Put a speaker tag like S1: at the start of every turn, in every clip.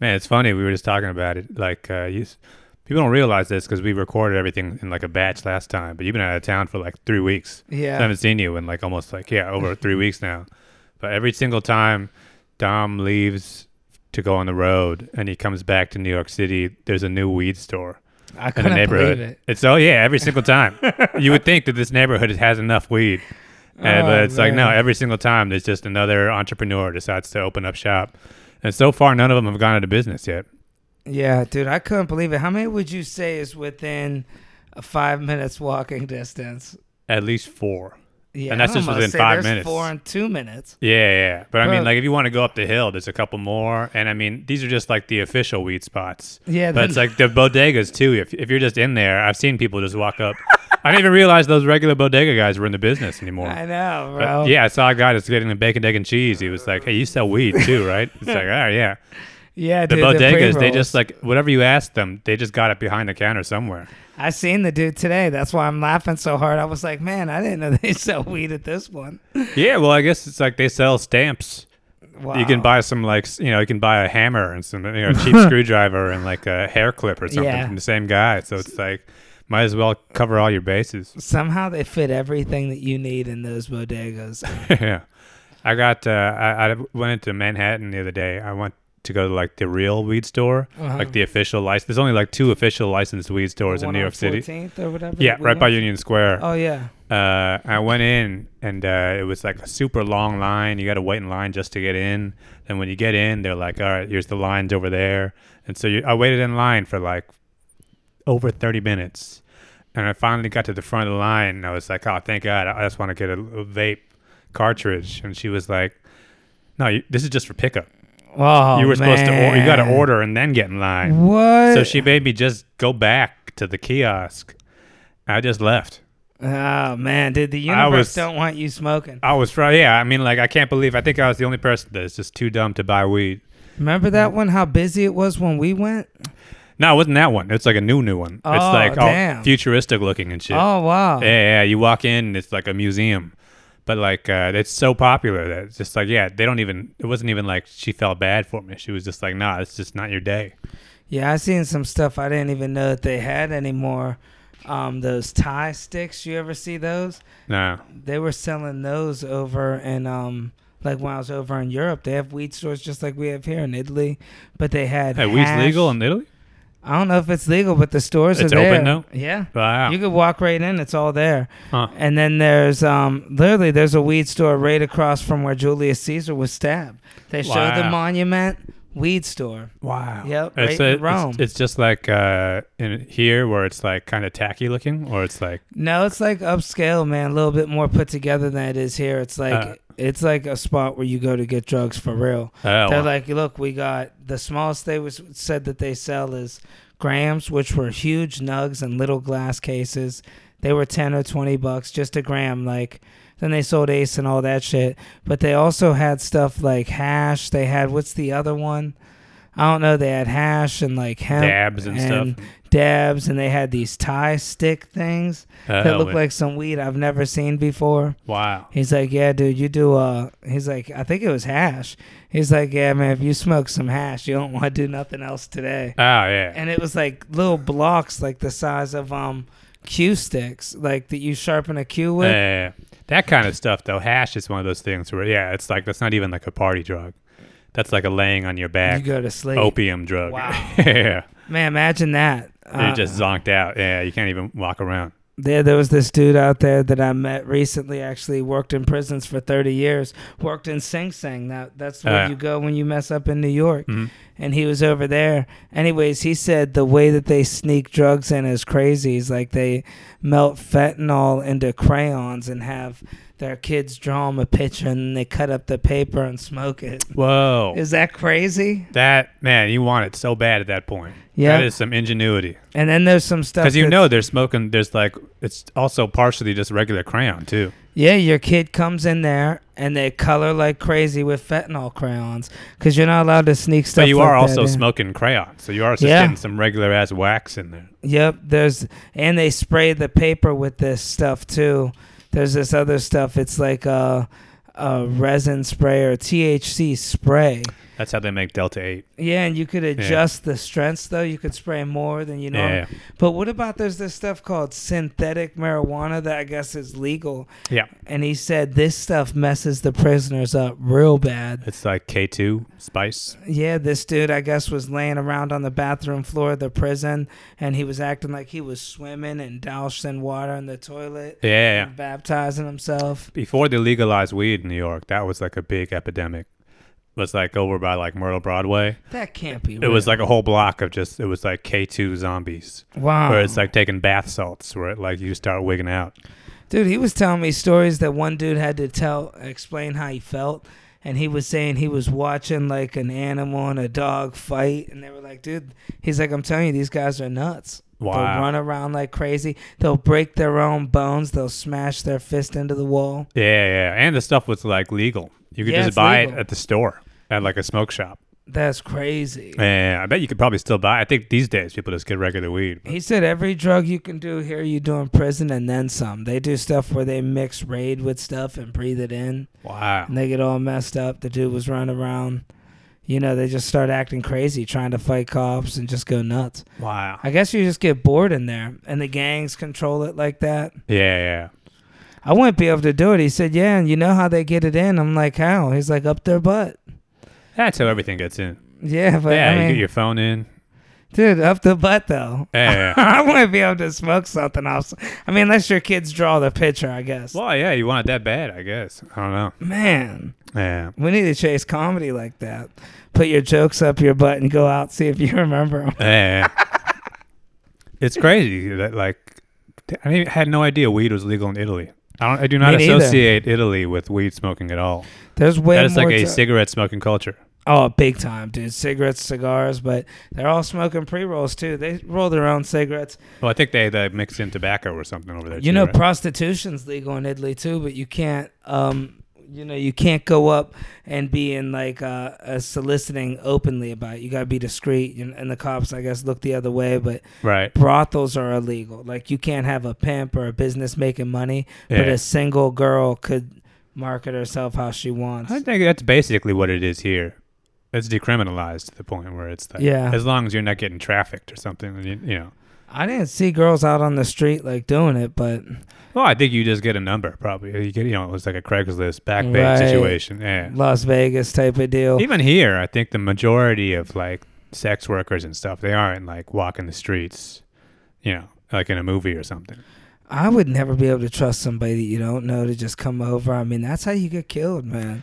S1: Man, it's funny. We were just talking about it. Like, uh, you, s- people don't realize this because we recorded everything in like a batch last time. But you've been out of town for like three weeks.
S2: Yeah.
S1: I haven't seen you in like almost like yeah over three weeks now. But every single time Dom leaves to go on the road and he comes back to New York City, there's a new weed store
S2: I
S1: in the
S2: couldn't
S1: neighborhood.
S2: believe it.
S1: It's oh yeah, every single time. you would think that this neighborhood has enough weed. And, but
S2: Oh,
S1: it's like no,
S2: man.
S1: every single time there's just another entrepreneur decides to open up shop. And so far none of them have gone into business yet.
S2: Yeah, dude, I couldn't believe it. How many would you say is within a five minutes walking distance?
S1: At least four.
S2: Yeah,
S1: And that's
S2: I
S1: just
S2: almost
S1: within
S2: say
S1: five
S2: there's
S1: minutes.
S2: Four and two minutes.
S1: Yeah, yeah. But I mean,
S2: Bro.
S1: like, if you want to go up the hill, there's a couple more. And I mean, these are just like the official weed spots.
S2: Yeah,
S1: But
S2: then-
S1: it's like the bodegas, too. If, if you're just in there, I've seen people just walk up. I didn't even realize those regular bodega guys were in the business anymore.
S2: I know,
S1: But
S2: bro.
S1: yeah, I saw a guy that's getting the bacon, egg, and cheese. He was like, hey, you sell weed, too, right? It's like, oh, yeah.
S2: yeah,
S1: The
S2: dude,
S1: bodegas, they
S2: pre-rolls.
S1: just like, whatever you asked them, they just got it behind the counter somewhere.
S2: I seen the dude today. That's why I'm laughing so hard. I was like, man, I didn't know they sell weed at this one.
S1: Yeah, well, I guess it's like they sell stamps.
S2: Wow.
S1: You can buy some like s- you know you can buy a hammer and some you know cheap screwdriver and like a hair clip or something
S2: Yeah.
S1: from the same guy. So it's like might as well cover all your bases.
S2: Somehow they fit everything that you need in those bodegas.
S1: yeah, I got uh, I, I went into Manhattan the other day. I went to go to like the real weed store,
S2: Uh-huh.
S1: like the official license. There's only like two official licensed weed stores in
S2: One
S1: New
S2: on
S1: York City.
S2: 14th or whatever.
S1: Yeah,
S2: we
S1: right by
S2: went-
S1: Union Square.
S2: Oh yeah.
S1: uh, I went in and uh, it was like a super long line. You got to wait in line just to get in. And when you get in, they're like, all right, here's the lines over there. And so you, I waited in line for like over 30 minutes. And I finally got to the front of the line and I was like, oh, thank God. I just want to get a, a vape cartridge. And she was like, no, you, this is just for pickup.
S2: Oh,
S1: you were supposed to order, you got to
S2: man.
S1: order and then get in line.
S2: What?
S1: So she made me just go back to the kiosk. I just left.
S2: Oh man, dude, the
S1: I
S2: universe
S1: was-
S2: don't want you smoking.
S1: I was fr Yeah, I mean, like I can't believe. I think I was the only person that's just too dumb to buy weed.
S2: Remember that one? How busy it was when we went.
S1: No, it wasn't that one. It's like a new, new one. it's
S2: Oh,
S1: like all
S2: damn.
S1: futuristic looking and shit.
S2: Oh wow.
S1: Yeah, yeah. You walk in, and it's like a museum. But like, uh, it's so popular that it's just like, yeah, they don't even. It wasn't even like she felt bad for me. She was just like, nah, it's just not your day.
S2: Yeah, I seen some stuff I didn't even know that they had anymore. Um, those tie sticks. You ever see those?
S1: No.
S2: They were selling those over and um. Like when I was over in Europe, they have weed stores just like we have here in Italy, but they had
S1: Hey, weed's
S2: hash.
S1: legal in Italy.
S2: I don't know if it's legal, but the stores
S1: It's
S2: are there.
S1: open though?
S2: Yeah,
S1: Wow.
S2: you could walk right in. It's all there.
S1: Huh.
S2: And then there's um literally there's a weed store right across from where Julius Caesar was stabbed. They show the
S1: Wow.
S2: monument weed store.
S1: Wow.
S2: Yep, right
S1: It's,
S2: in
S1: a-
S2: Rome.
S1: it's, it's just like uh, in here where it's like kind of tacky looking, or it's like
S2: No, it's like upscale, man. A little bit more put together than it is here. It's like
S1: Uh.
S2: it's like a spot where you go to get drugs for real.
S1: oh,
S2: They're
S1: wow.
S2: like, look, we got the smallest they was said that they sell is grams, which were huge nugs in little glass cases. They were ten or twenty bucks just a gram. Like then they sold Ace and all that shit, but they also had stuff like hash. They had what's the other one? I don't know. They had hash and like hemp
S1: dabs and, stuff.
S2: dabs, and they had these tie stick things that
S1: Oh,
S2: looked
S1: it-
S2: like some weed I've never seen before.
S1: wow. Oh,
S2: He's like, yeah, dude, you do. Uh, he's like, I think it was hash. He's like, yeah, man, if you smoke some hash, you don't want to do nothing else today.
S1: Oh yeah.
S2: And it was like little blocks, like the size of um cue sticks, like that you sharpen a cue with.
S1: Yeah, yeah, yeah. that kind of stuff though. Hash is one of those things where yeah, it's like that's not even like a party drug. That's like a laying on your
S2: you
S1: back
S2: go to sleep.
S1: opium drug.
S2: Wow.
S1: yeah.
S2: Man, imagine that. Uh,
S1: You're just zonked out. Yeah, you can't even walk around.
S2: There, there was this dude out there that I met recently. Actually, worked in prisons for thirty years. Worked in Sing Sing. That that's where
S1: Ah.
S2: you go when you mess up in New York.
S1: Mhm.
S2: And he was over there. Anyways, he said the way that they sneak drugs in is crazy. It's like they melt fentanyl into crayons and have their kids draw them a picture, and then they cut up the paper and smoke it.
S1: Whoa.
S2: Is that crazy?
S1: that man, you want it so bad at that point.
S2: Yeah.
S1: That is some ingenuity.
S2: And then there's some stuff
S1: Because you
S2: that's-
S1: know they're smoking there's like it's also partially just regular crayon too.
S2: Yeah, your kid comes in there and they color like crazy with fentanyl crayons because you're not allowed to sneak stuff.
S1: But you
S2: like
S1: are
S2: that
S1: also
S2: in.
S1: smoking crayon. So you are just
S2: Yeah.
S1: getting some regular ass wax in there.
S2: Yep, there's and they spray the paper with this stuff too. There's this other stuff. It's like a, a resin spray or THC spray.
S1: That's how they make Delta 8.
S2: Yeah, and you could adjust the strengths though. You could spray more than you know.
S1: yeah.
S2: But what about there's this stuff called synthetic marijuana that I guess is legal?
S1: Yeah.
S2: And he said this stuff messes the prisoners up real bad.
S1: It's like K2 spice.
S2: Yeah, this dude, I guess, was laying around on the bathroom floor of the prison and he was acting like he was swimming and doused in water in the toilet,
S1: Yeah, yeah, yeah.
S2: and baptizing himself.
S1: Before they legalized weed in New York, that was like a big epidemic. It was like over by like Myrtle Broadway.
S2: That can't be
S1: It was
S2: real.
S1: like a whole block of just, it was like K2 zombies.
S2: wow.
S1: Where it's like taking bath salts, where it like you start wigging out.
S2: Dude, he was telling me stories that one dude had to tell, explain how he felt. And he was saying he was watching like an animal and a dog fight. And they were like, dude, he's like, I'm telling you, these guys are nuts. They'll
S1: Wow.
S2: run around like crazy. They'll break their own bones. They'll smash their fist into the wall.
S1: Yeah, yeah. And the stuff was like legal. You could
S2: Yeah,
S1: just
S2: it's
S1: buy
S2: legal.
S1: it at the store, at like a smoke shop.
S2: That's crazy.
S1: Yeah, I bet you could probably still buy. I think these days people just get regular weed.
S2: He said every drug you can do here, you do in prison and then some. They do stuff where they mix raid with stuff and breathe it in.
S1: Wow.
S2: And they get all messed up. The dude was running around. You know, they just start acting crazy, trying to fight cops and just go nuts.
S1: Wow.
S2: I guess you just get bored in there, and the gangs control it like that.
S1: Yeah, yeah.
S2: I wouldn't be able to do it. He said, "Yeah, and you know how they get it in?" I'm like, "How?" He's like, "Up their butt."
S1: That's how everything gets in.
S2: Yeah, but
S1: yeah,
S2: I
S1: you
S2: mean,
S1: get your phone in.
S2: dude, up the butt though.
S1: Yeah, yeah.
S2: I wouldn't be able to smoke something else. I mean, unless your kids draw the picture, I guess.
S1: Well, yeah, you want it that bad, I guess. I don't know.
S2: Man,
S1: Yeah.
S2: we need to chase comedy like that. Put your jokes up your butt and go out see if you remember 'em.
S1: Yeah. it's crazy that like I mean, had no idea weed was legal in Italy. I don't. I do not
S2: Me neither.
S1: associate Italy with weed smoking at all.
S2: There's way
S1: that is
S2: more.
S1: like a
S2: to-
S1: cigarette smoking culture.
S2: oh, big time, dude. Cigarettes, cigars, but they're all smoking pre rolls too. They roll their own cigarettes.
S1: Well, I think they, they mix in tobacco or something over there.
S2: you
S1: too,
S2: know,
S1: right?
S2: prostitution's legal in Italy too, but you can't. Um, you know, you can't go up and be in like uh, uh soliciting openly about it. You gotta be discreet, and, and the cops, I guess, look the other way. But
S1: right?
S2: brothels are illegal. Like you can't have a pimp or a business making money, but
S1: Yeah.
S2: a single girl could market herself how she wants.
S1: I think that's basically what it is here. It's decriminalized to the point where it's like,
S2: Yeah.
S1: as long as you're not getting trafficked or something, then you, you know.
S2: I didn't see girls out on the street like doing it, but
S1: Well, I think you just get a number probably. You get, you know, it was like a Craigslist back page
S2: Right.
S1: situation. Yeah.
S2: Las Vegas type of deal.
S1: Even here, I think the majority of like sex workers and stuff, they aren't like walking the streets, you know, like in a movie or something.
S2: I would never be able to trust somebody that you don't know to just come over. I mean, that's how you get killed, man.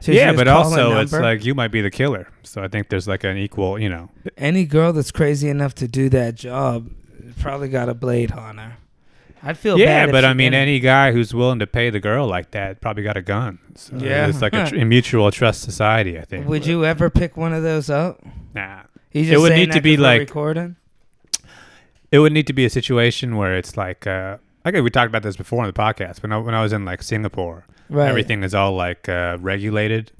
S2: So you
S1: yeah,
S2: just
S1: but
S2: call a
S1: also it's
S2: number.
S1: like you might be the killer. So I think there's like an equal, you know.
S2: any girl that's crazy enough to do that job probably got a blade on her. I'd feel
S1: yeah,
S2: bad if
S1: but
S2: she
S1: I mean,
S2: didn't.
S1: any guy who's willing to pay the girl like that probably got a gun. So
S2: Yeah.
S1: it's like a, tr- a mutual trust society. I think.
S2: would you ever pick one of those up?
S1: Nah.
S2: He's
S1: It would
S2: saying
S1: need to
S2: that 'cause
S1: be
S2: we're
S1: like-
S2: recording.
S1: It would need to be a situation where it's like, uh, okay, we talked about this before on the podcast. When I, when I was in like Singapore,
S2: Right.
S1: everything is all like uh, regulated,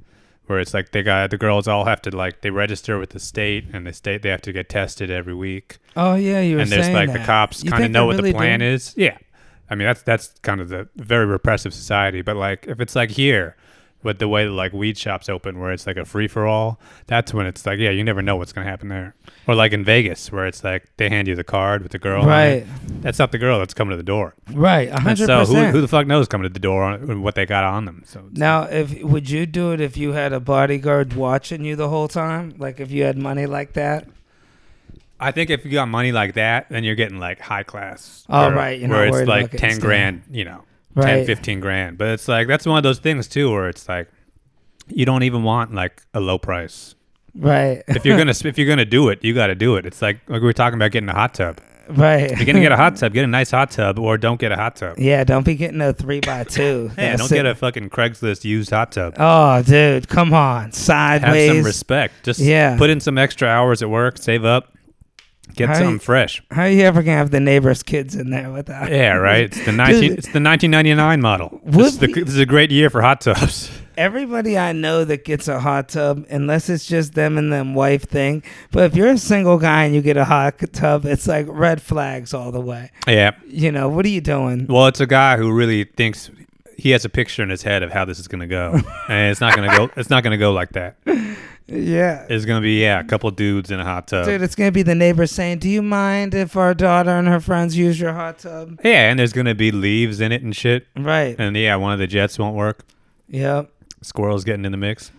S1: where it's like they got the girls all have to like they register with the state, and the state they have to get tested every week,
S2: Oh yeah, you were
S1: and
S2: saying
S1: there's like the
S2: that.
S1: cops
S2: You
S1: kind of
S2: think
S1: know
S2: they
S1: what
S2: really
S1: the plan
S2: do?
S1: is. Yeah, I mean that's that's kind of the very repressive society. But like if it's like here. With the way that like weed shops open, where it's like a free for all, that's when it's like, yeah, you never know what's gonna happen there. Or like in Vegas, where it's like they hand you the card with the girl, on it.
S2: Right,
S1: That's not the girl that's coming to the door.
S2: right, a
S1: And
S2: hundred
S1: so who,
S2: percent.
S1: who the fuck knows coming to the door on what they got on them? So it's-
S2: Now, if would you do it if you had a bodyguard watching you the whole time? Like if you had money like that?
S1: I think if you got money like that, then you're getting like high class.
S2: Oh,
S1: Or-
S2: right, you're not
S1: where it's
S2: worried
S1: like
S2: about getting
S1: 10
S2: stolen.
S1: grand, you know, ten, fifteen 10,
S2: Right.
S1: 15 grand. But it's like, that's one of those things too, where it's like, you don't even want like a low price.
S2: Right.
S1: If you're gonna if you're gonna do it, you got to do it. It's like like we were talking about getting a hot tub. If you're
S2: right.
S1: gonna get a hot tub, get a nice hot tub, or don't get a hot tub.
S2: Yeah, don't be getting a three by two.
S1: Yeah,
S2: That's
S1: don't get
S2: it.
S1: a fucking Craigslist used hot tub.
S2: Oh, dude, come on.
S1: have
S2: Sideways.
S1: some respect. Just
S2: Yeah.
S1: put in some extra hours at work, save up, get
S2: How you-
S1: something fresh.
S2: How are you ever gonna have the neighbor's kids in there without
S1: Yeah, right. It's the nineteen.
S2: Dude.
S1: It's the nineteen ninety nine model.
S2: Would
S1: This is, the,
S2: we-
S1: this is a great year for hot tubs.
S2: Everybody I know that gets a hot tub, unless it's just them and them wife thing. But if you're a single guy and you get a hot tub, it's like red flags all the way.
S1: yeah.
S2: You know, what are you doing?
S1: Well, it's a guy who really thinks he has a picture in his head of how this is going to go, and it's not going to go. It's not going to go like that.
S2: Yeah.
S1: It's gonna be yeah, a couple dudes in a hot tub.
S2: Dude, it's gonna be the neighbors saying, "Do you mind if our daughter and her friends use your hot tub?"
S1: Yeah, and there's gonna be leaves in it and shit.
S2: Right.
S1: And yeah, one of the jets won't work.
S2: Yep.
S1: Squirrels getting in the mix.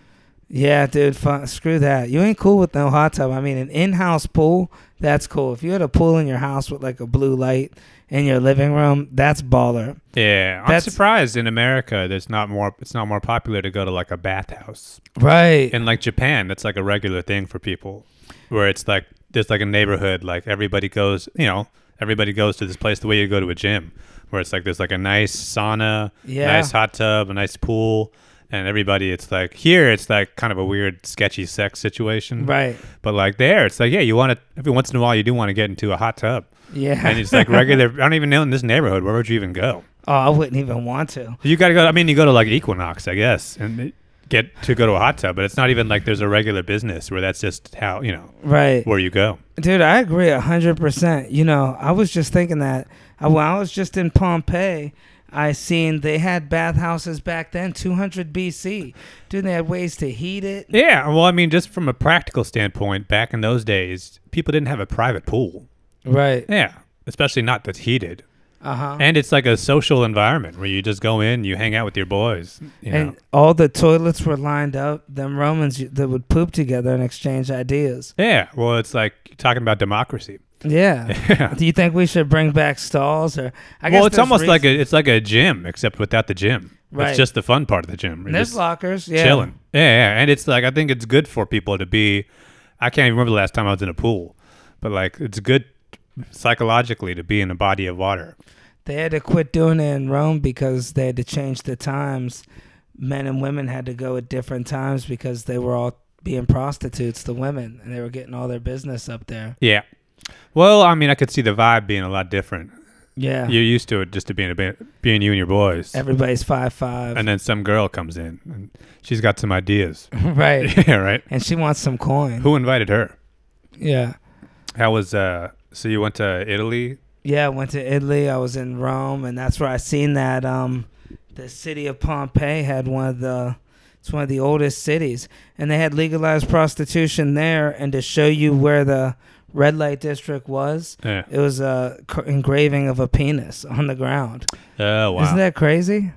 S2: Yeah, dude. Fu screw that. You ain't cool with no hot tub. I mean, an in-house pool, that's cool. If you had a pool in your house with like a blue light in your living room, that's baller.
S1: Yeah, I'm
S2: That's-
S1: surprised in America there's not more. It's not more popular to go to like a bathhouse.
S2: Right.
S1: In like Japan, that's like a regular thing for people, where it's like there's like a neighborhood. Like everybody goes, you know, everybody goes to this place the way you go to a gym, where it's like there's like a nice sauna,
S2: Yeah.
S1: nice hot tub, a nice pool, and everybody. It's like here, it's like kind of a weird, sketchy sex situation.
S2: Right.
S1: But like there, it's like yeah, you want to every once in a while you do want to get into a hot tub,
S2: Yeah.
S1: and it's like regular. I don't even know in this neighborhood where would you even go.
S2: oh, I wouldn't even want to.
S1: You gotta go. I mean, you go to like Equinox, I guess, and it- get to go to a hot tub. But it's not even like there's a regular business where that's just how you know
S2: Right.
S1: where you go.
S2: Dude, I agree a hundred percent. You know, I was just thinking that I, when I was just in Pompeii, I seen they had bathhouses back then, 200 BC. Dude, they had ways to heat it.
S1: Yeah. Well, I mean, just from a practical standpoint, back in those days, people didn't have a private pool.
S2: Right.
S1: Yeah. Especially not that's heated.
S2: Uh huh. And,
S1: And it's like a social environment where you just go in, you hang out with your boys. You know.
S2: all the toilets were lined up. Them Romans y- that would poop together and exchange ideas.
S1: Yeah. Well, it's like talking about democracy.
S2: Yeah.
S1: Yeah.
S2: Do you think we should bring back stalls or? I
S1: well, it's
S2: there's
S1: almost
S2: reas-
S1: like a it's like a gym except without the gym.
S2: Right.
S1: It's just the fun part of the gym. It's
S2: there's
S1: just-
S2: lockers. Yeah.
S1: chilling. Yeah, yeah. And it's like I think it's good for people to be. I can't even remember the last time I was in a pool, but like it's good psychologically to be in a body of water.
S2: They had to quit doing it in Rome because they had to change the times. Men and women had to go at different times because they were all being prostitutes, the women, and they were getting all their business up there.
S1: Yeah. Well, I mean, I could see the vibe being a lot different.
S2: Uh-huh. Yeah.
S1: You're used to it just to being a bit, being you and your boys,
S2: Everybody's five five.
S1: and then some girl comes in and she's got some ideas.
S2: right.
S1: yeah, right.
S2: And she wants some coin.
S1: Who invited her?
S2: Yeah.
S1: How was uh? So you went to Italy?
S2: Yeah, I went to Italy. I was in Rome, and that's where I seen that um, the city of Pompeii had one of the it's one of the oldest cities, and they had legalized prostitution there. And to show you where the red light district was,
S1: Yeah.
S2: it was a cr- engraving of a penis on the ground.
S1: Oh wow.
S2: Isn't that crazy?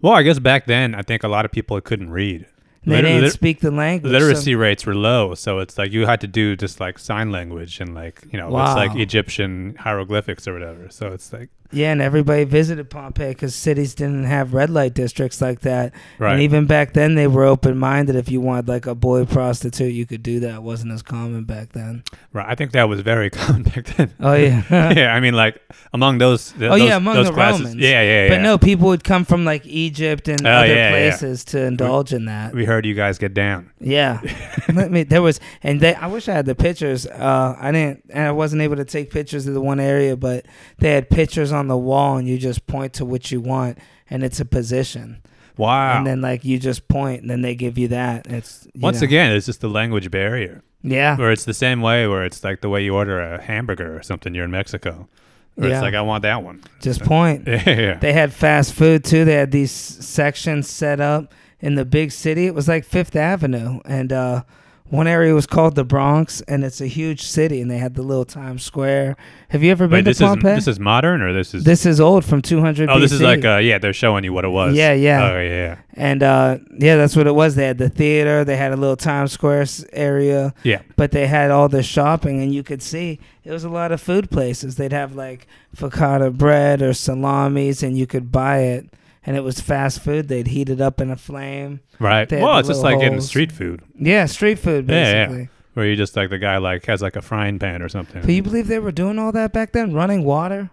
S1: well, I guess back then I think a lot of people couldn't read.
S2: They
S1: Liter-
S2: didn't
S1: lit-
S2: speak the language. so-
S1: literacy rates were low, so it's like you had to do just like sign language and like you know it's like
S2: Wow.
S1: Egyptian hieroglyphics or whatever. So it's like
S2: yeah, and everybody visited Pompeii because cities didn't have red light districts like that.
S1: right,
S2: And even back then, they were open minded. If you wanted like a boy prostitute, you could do that. It wasn't as common back then.
S1: right. I think that was very common back then.
S2: Oh yeah.
S1: yeah, I mean like among those. th-
S2: Oh,
S1: those,
S2: yeah, among
S1: those
S2: the
S1: classes.
S2: Romans.
S1: Yeah, yeah, yeah.
S2: But no, people would come from like Egypt and
S1: Oh,
S2: other
S1: yeah, yeah.
S2: places to indulge in that.
S1: we heard you guys get down.
S2: Yeah, let me. There was, and they, I wish I had the pictures. Uh, I didn't, and I wasn't able to take pictures of the one area, but they had pictures on the wall, and you just point to what you want, and it's a position,
S1: Wow.
S2: and then like you just point, and then they give you that. It's you
S1: Once
S2: know. Ah.
S1: again, it's just the language barrier,
S2: yeah,
S1: where it's the same way where it's like the way you order a hamburger or something. You're in Mexico, where
S2: Yeah.
S1: it's like I want that one.
S2: just point.
S1: Yeah, yeah.
S2: They had fast food too. They had these sections set up in the big city. It was like Fifth Avenue, and uh, one area was called the Bronx, and it's a huge city. And they had the little Times Square. Have you ever been
S1: Wait,
S2: to
S1: this is
S2: Pompeii?
S1: this is modern or this is
S2: This is old from 200.
S1: oh this is
S2: BC.
S1: like uh, yeah they're showing you what it was.
S2: Yeah, yeah.
S1: Oh yeah.
S2: and uh, yeah, that's what it was. They had the theater. They had a little Times Square s- area,
S1: Yeah.
S2: but they had all the shopping, and you could see it was a lot of food places. They'd have like focaccia bread or salamis, and you could buy it. And it was fast food. They'd heat it up in a flame.
S1: Right.
S2: They had
S1: Well,
S2: the
S1: it's just
S2: little
S1: like getting
S2: holes.
S1: street food
S2: Yeah, street food
S1: Yeah, yeah.
S2: basically.
S1: where you just like the guy like has like a frying pan or something.
S2: But you believe they were doing all that back then? Running water?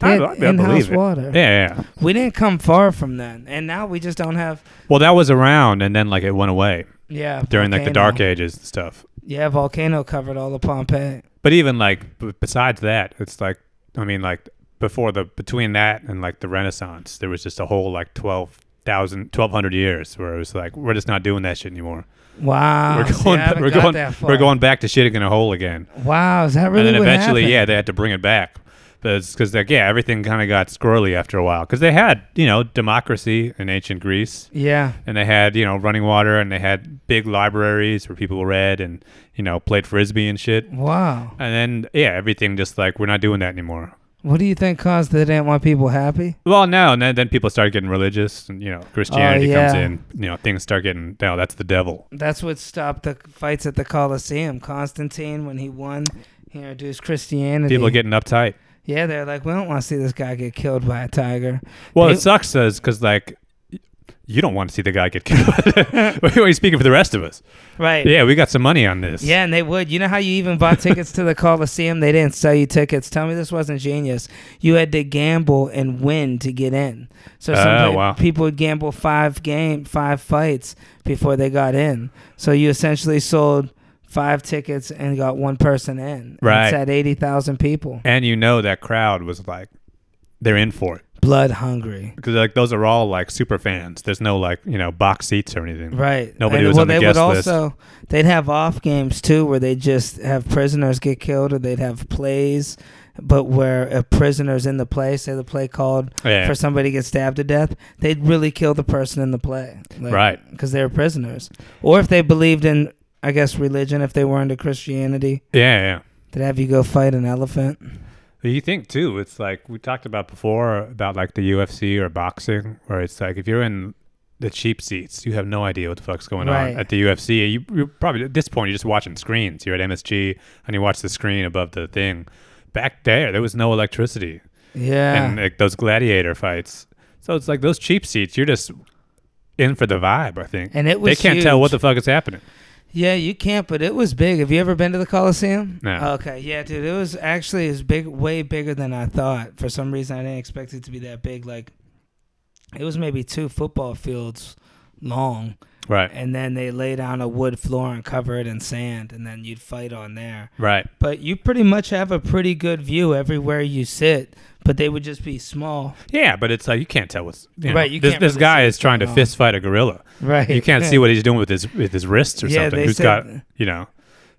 S2: They
S1: I-
S2: had
S1: I believe
S2: in-house
S1: it.
S2: water.
S1: yeah, yeah.
S2: We didn't come far from then, and now we just don't have.
S1: Well, that was around and then like it went away
S2: Yeah.
S1: during like the
S2: volcano.
S1: dark ages and stuff.
S2: Yeah, volcano covered all of Pompeii.
S1: But even like b- besides that, it's like I mean like before the between that and like the Renaissance, there was just a whole like 12,000 1200 years where it was like we're just not doing that shit anymore.
S2: Wow.
S1: we're
S2: Oh, See, I
S1: going
S2: haven't
S1: we're
S2: got
S1: going
S2: that far.
S1: we're going back to shitting in a hole again.
S2: Wow, is that really
S1: and then
S2: what
S1: eventually
S2: happened?
S1: yeah, they had to bring it back. because like yeah, everything kind of got squirrely after a while because they had you know democracy in ancient Greece
S2: Yeah.
S1: and they had you know running water and they had big libraries where people read and you know played frisbee and shit.
S2: Wow.
S1: And then yeah, everything just like we're not doing that anymore.
S2: What do you think caused they didn't want people happy?
S1: Well, no, and then, then people start getting religious, and you know Christianity comes
S2: Oh, yeah.
S1: in. You know things start getting no, that's the devil.
S2: That's what stopped the fights at the Colosseum. Constantine, when he won, he introduced Christianity.
S1: People getting uptight.
S2: yeah, they're like, we don't want to see this guy get killed by a tiger.
S1: Well, it
S2: They-
S1: sucks is because like you don't want to see the guy get killed. We're only speaking for the rest of us.
S2: Right.
S1: Yeah, we got some money on this.
S2: Yeah, and they would. You know how you even bought tickets to the Coliseum? They didn't sell you tickets. Tell me this wasn't genius. You had to gamble and win to get in. So
S1: Oh,
S2: sometimes
S1: wow.
S2: people would gamble five game, five fights before they got in. So you essentially sold five tickets and got one person in.
S1: Right.
S2: It's at eighty thousand people.
S1: and you know that crowd was like they're in for it
S2: Blood hungry.
S1: because like those are all like super fans. There's no like you know box seats or anything.
S2: Right.
S1: Nobody was on the
S2: they
S1: guest
S2: would
S1: list.
S2: also they'd have off games too where they just have prisoners get killed or they'd have plays but where a prisoner's in the play, say the play called
S1: Yeah.
S2: for somebody gets stabbed to death, they'd really kill the person in the play. Like,
S1: Right.
S2: Because they were prisoners. Or if they believed in I guess religion, if they were into Christianity,
S1: yeah, yeah.
S2: they'd have you go fight an elephant.
S1: But You think too? It's like we talked about before about like the UFC or boxing, where it's like if you're in the cheap seats, you have no idea what the fuck's going
S2: Right.
S1: on at the UFC. You you probably at this point you're just watching screens. You're at MSG and you watch the screen above the thing. Back there, there was no electricity
S2: Yeah.
S1: and like those gladiator fights. So it's like those cheap seats. You're just in for the vibe. I think,
S2: And it
S1: they
S2: was
S1: can't tell
S2: huge.
S1: what the fuck is happening.
S2: Yeah, you can't, but it was big. Have you ever been to the Coliseum?
S1: No.
S2: Okay, yeah, dude, it was actually it was big, way bigger than I thought. For some reason, I didn't expect it to be that big. Like, it was maybe two football fields long,
S1: Right,
S2: and then they lay down a wood floor and cover it in sand, and then you'd fight on there.
S1: right.
S2: But you pretty much have a pretty good view everywhere you sit. But they would just be small,
S1: Yeah, but it's like you can't tell what's you know,
S2: Right, you
S1: this
S2: can't
S1: this
S2: really
S1: guy
S2: see
S1: is trying to
S2: going on.
S1: fist fight a gorilla.
S2: right?
S1: you can't see what he's doing with his with his wrists or
S2: Yeah,
S1: something.
S2: they
S1: Who's
S2: said-
S1: got you know,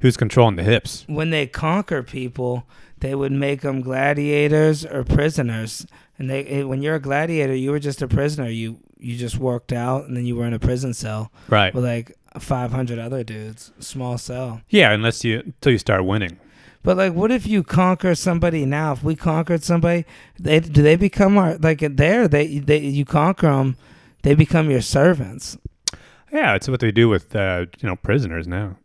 S1: who's controlling the hips?
S2: when they conquer people, they would make them gladiators or prisoners. And they, it, when you're a gladiator, you were just a prisoner. You you just worked out, and then you were in a prison cell
S1: Right.
S2: with like 500 other dudes, small cell.
S1: yeah, unless you until you start winning.
S2: But like, what if you conquer somebody now? If we conquered somebody, they do they become our like there they they you conquer them, they become your servants.
S1: Yeah, it's what they do with uh, you know prisoners now.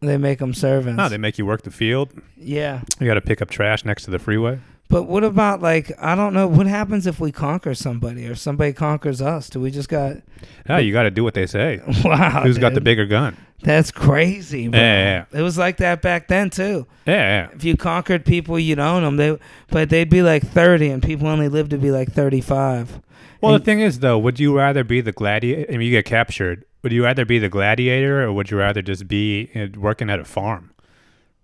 S2: They make them servants.
S1: No, they make you work the field.
S2: yeah.
S1: You got to pick up trash next to the freeway.
S2: But what about like I don't know what happens if we conquer somebody or somebody conquers us? Do we just got
S1: No, you got to do what they say.
S2: wow?
S1: Who's got the
S2: Oh, dude.
S1: bigger gun?
S2: That's crazy. Bro.
S1: Yeah,
S2: It was like that back then too.
S1: Yeah, yeah.
S2: If you conquered people, you'd own them. They but they'd be like thirty, and people only live to be like thirty-five.
S1: Well, the
S2: And-
S1: thing is, though, would you rather be the gladiator? I mean, you get captured. Would you rather be the gladiator, or would you rather just be uh, working at a farm?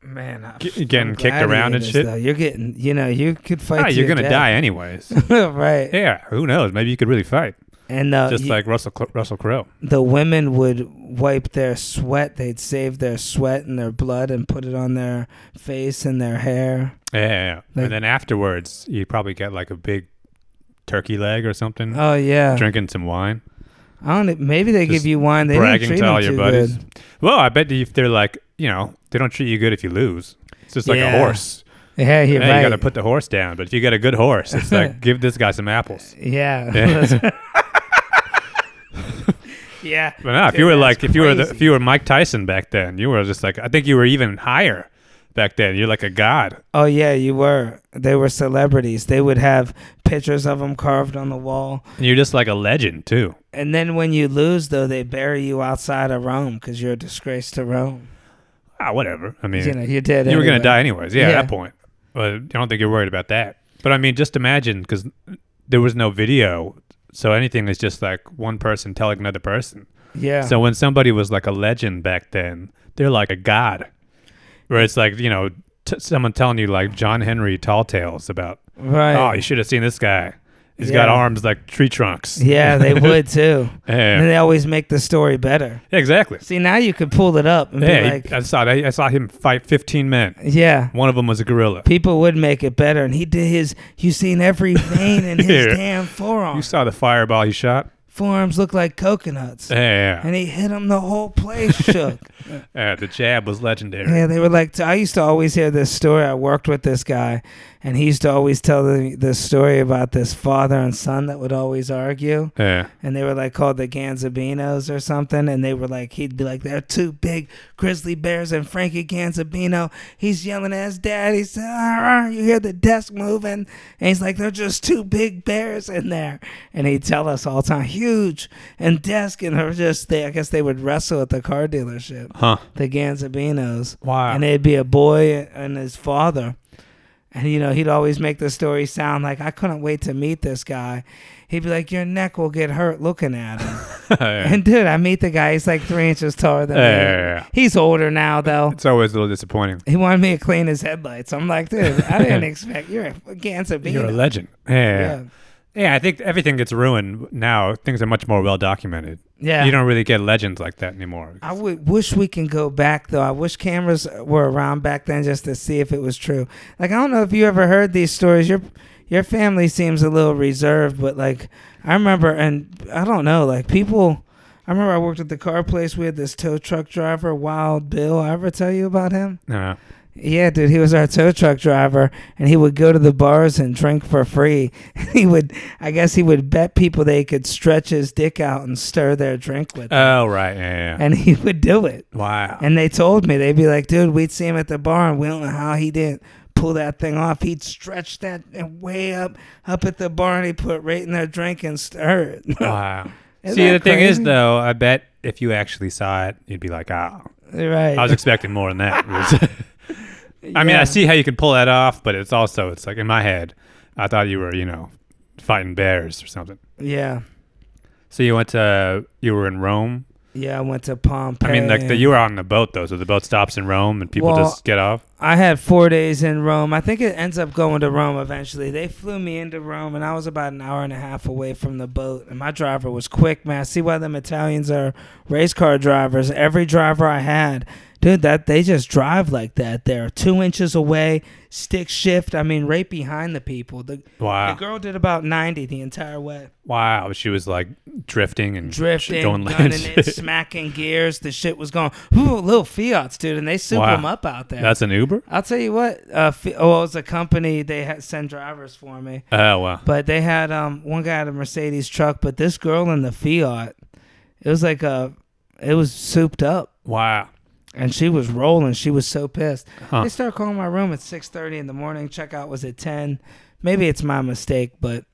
S2: Man, I,
S1: G- getting kicked around and
S2: gladiators,
S1: shit?
S2: Though. You're getting, you know, you could fight.
S1: Ah,
S2: to
S1: you're
S2: your
S1: gonna die
S2: death.
S1: anyways.
S2: right?
S1: yeah, who knows? Maybe you could really fight.
S2: And uh,
S1: just
S2: you-
S1: like Russell Cl- Russell Crowe.
S2: the women would wipe their sweat. They'd save their sweat and their blood and put it on their face and their hair.
S1: Yeah, yeah, yeah.
S2: Like-
S1: and then afterwards, you probably get like a big turkey leg or something,
S2: Oh yeah,
S1: drinking some wine,
S2: I don't. know, Maybe they
S1: Just
S2: give you wine. They didn't
S1: bragging
S2: treat
S1: to all
S2: them
S1: your
S2: too
S1: buddies.
S2: good.
S1: Well, I bet if they're like, you know, they don't treat you good if you lose. It's just like a
S2: Yeah.
S1: horse.
S2: Yeah, you're
S1: Yeah,
S2: right.
S1: you got to put the horse down. But if you get a good horse, it's like give this guy some apples.
S2: yeah.
S1: Yeah.
S2: yeah.
S1: But no, if
S2: Dude,
S1: you were
S2: that's
S1: like, if you were, the,
S2: crazy.
S1: if you were Mike Tyson back then, you were just like, I think you were even higher back then. You're like a god.
S2: Oh yeah, you were. They were celebrities. They would have pictures of them carved on the wall.
S1: And you're just like a legend too.
S2: And then when you lose, though, they bury you outside of Rome because you're a disgrace to Rome.
S1: Ah, whatever. I mean,
S2: You know, you're dead.
S1: you were going
S2: anyway.
S1: to die anyways. Yeah,
S2: Yeah.
S1: at that point. But I don't think you're worried about that. But I mean, just imagine because there was no video. So anything is just like one person telling another person.
S2: Yeah.
S1: So when somebody was like a legend back then, they're like a god. Where it's like, you know, t- someone telling Oh, you like John Henry tall tales about,
S2: right.
S1: oh, you should have seen this guy. He's got
S2: Yeah.
S1: arms like tree trunks.
S2: Yeah, they would too. And
S1: Yeah,
S2: they always make the story better.
S1: exactly.
S2: See, now you could pull it up and
S1: Yeah,
S2: be
S1: he-
S2: like,
S1: I saw that. I saw him fight 15 men.
S2: yeah,
S1: One of them was a gorilla.
S2: people would make it better. And he did his, you seen every vein in his
S1: Yeah.
S2: damn forearm.
S1: You saw the fireball he shot.
S2: Forearms look like coconuts.
S1: Yeah, Yeah,
S2: And he hit him, the whole place shook.
S1: yeah. Uh, the jab was legendary.
S2: Yeah, they were like, I used to always hear this story. I worked with this guy, and he used to always tell the, this story about this father and son that would always argue.
S1: Yeah,
S2: And they were like called the Ganzabinos or something. And they were like, he'd be like, they're two big grizzly bears and Frankie Ganzabino. He's yelling at his dad. He said, "Arr, arr," you hear the desk moving. And he's like, they're just two big bears in there. And he'd tell us all the time, huge and desk. And they're just, they, I guess they would wrestle at the car dealership,
S1: huh?
S2: the Ganzabinos
S1: Wow.
S2: and it'd be a boy and his father. And you know, he'd always make the story sound like I couldn't wait to meet this guy. He'd be like, "Your neck will get hurt looking at him."
S1: yeah.
S2: and dude, I meet the guy. He's like three inches taller than me.
S1: Yeah.
S2: He's older now though.
S1: It's always a little disappointing.
S2: He wanted me to clean his headlights. I'm like, dude, I didn't expect you're a cancer bean.
S1: You're a legend.
S2: yeah.
S1: Yeah. yeah, I think everything gets ruined now. Things are much more well documented.
S2: Yeah. Uh,
S1: You don't really get legends like that anymore.
S2: I would wish we can go back though. I wish cameras were around back then just to see if it was true. Like I don't know if you ever heard these stories. Your your family seems a little reserved, but like I remember, and I don't know, like people. I remember I worked at the car place. We had this tow truck driver, Wild Bill. I ever tell you about him?
S1: Uh,
S2: Yeah, dude, he was our tow truck driver, and he would go to the bars and drink for free. he would, I guess, he would bet people they could stretch his dick out and stir their drink with, him.
S1: oh right. Yeah. yeah.
S2: and he would do it.
S1: wow.
S2: And they told me, they'd be like, dude, we'd see him at the bar and we don't know how he didn't pull that thing off. He'd stretch that and way up, up at the bar and he put right in their drink and stir it.
S1: wow.
S2: Isn't
S1: See, the
S2: that
S1: thing is
S2: crazy?
S1: though, I bet if you actually saw it, you'd be like, ah,
S2: right.
S1: I was expecting more than that. I mean,
S2: Yeah.
S1: I see how you could pull that off, but it's also it's like in my head, I thought you were you know fighting bears or something.
S2: Yeah.
S1: So you went to you were in Rome.
S2: Yeah, I went to Pompeii.
S1: I mean, like the,
S2: and-
S1: you were on the boat though, so the boat stops in Rome and people
S2: Uh, Well,
S1: just get off.
S2: I had four days in Rome. I think it ends up going to Rome eventually. They flew me into Rome, and I was about an hour and a half away from the boat. And my driver was quick, man. I see why them Italians are race car drivers. Every driver I had, dude, that they just drive like that. They're two inches away, stick shift. I mean, right behind the people. The,
S1: Wow,
S2: the girl did about ninety the entire way,
S1: wow. She was like drifting and sh-
S2: drifting,
S1: going
S2: gunning
S1: land.
S2: it, smacking gears. The shit was going. Ooh, little Fiat's, dude, and they soup
S1: Wow.
S2: them up out there.
S1: That's an Uber.
S2: I'll tell you what. Uh, f- oh, it was a company. They had send drivers for me,
S1: Oh wow.
S2: but they had um one guy had a Mercedes truck, but this girl in the Fiat, it was like a, it was souped up,
S1: Wow.
S2: and she was rolling. She was so pissed.
S1: Huh.
S2: They started calling my room at six thirty in the morning. Checkout was at ten. Maybe it's my mistake, but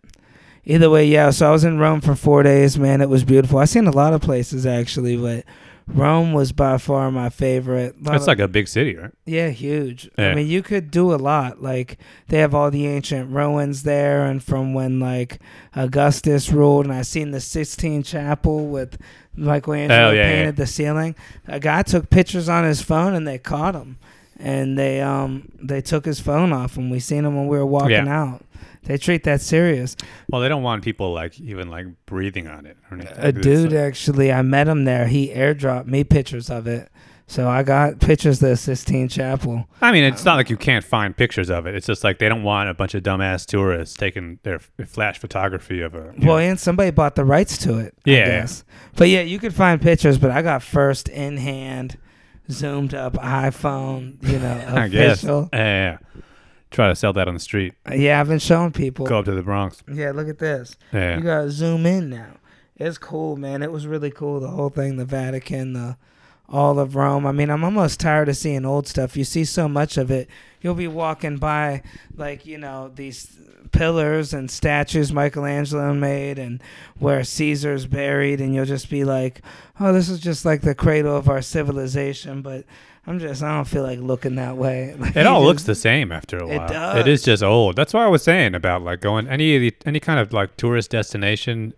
S2: either way, yeah. So I was in Rome for four days, man. It was beautiful. I seen a lot of places actually, but Rome was by far my favorite. Lot
S1: That's
S2: of-
S1: like a big city, right?
S2: yeah, huge. I
S1: Yeah.
S2: mean, you could do a lot. Like they have all the ancient ruins there, and from when like Augustus ruled, and I seen the Sistine Chapel with Michelangelo
S1: Oh, yeah,
S2: painted
S1: yeah.
S2: the ceiling. A guy took pictures on his phone, and they caught him, and they um they took his phone off, and we seen him when we were walking out. They treat that serious.
S1: Well, they don't want people like even like breathing on it. Or anything.
S2: A
S1: It's
S2: Uh, dude
S1: like-
S2: actually, I met him there. He airdropped me pictures of it, so I got pictures of the Sistine Chapel.
S1: I mean, it's not like you can't find pictures of it. It's just like they don't want a bunch of dumbass tourists taking their f- flash photography of a. you know.
S2: Well, and somebody bought the rights to it. I
S1: Yeah.
S2: guess. But yeah, you could find pictures, but I got first in hand, zoomed up iPhone, you know,
S1: I guess. Yeah,
S2: official.
S1: yeah, yeah. Try to sell that on the street.
S2: Yeah, I've been showing people.
S1: Go up to the Bronx.
S2: Yeah, look at this.
S1: Yeah.
S2: You gotta zoom in now. It's cool, man. It was really cool. The whole thing, the Vatican, the all of Rome. I mean, I'm almost tired of seeing old stuff. You see so much of it. You'll be walking by, like you know, these pillars and statues Michelangelo made, and where Caesar's buried, and you'll just be like, "Oh, this is just like the cradle of our civilization." But I'm just, I don't feel like looking that way. Like,
S1: It all
S2: you
S1: looks
S2: just-
S1: the same after a
S2: It
S1: while.
S2: does.
S1: It is just old. That's why I was saying about like going any of the, any kind of like tourist destination.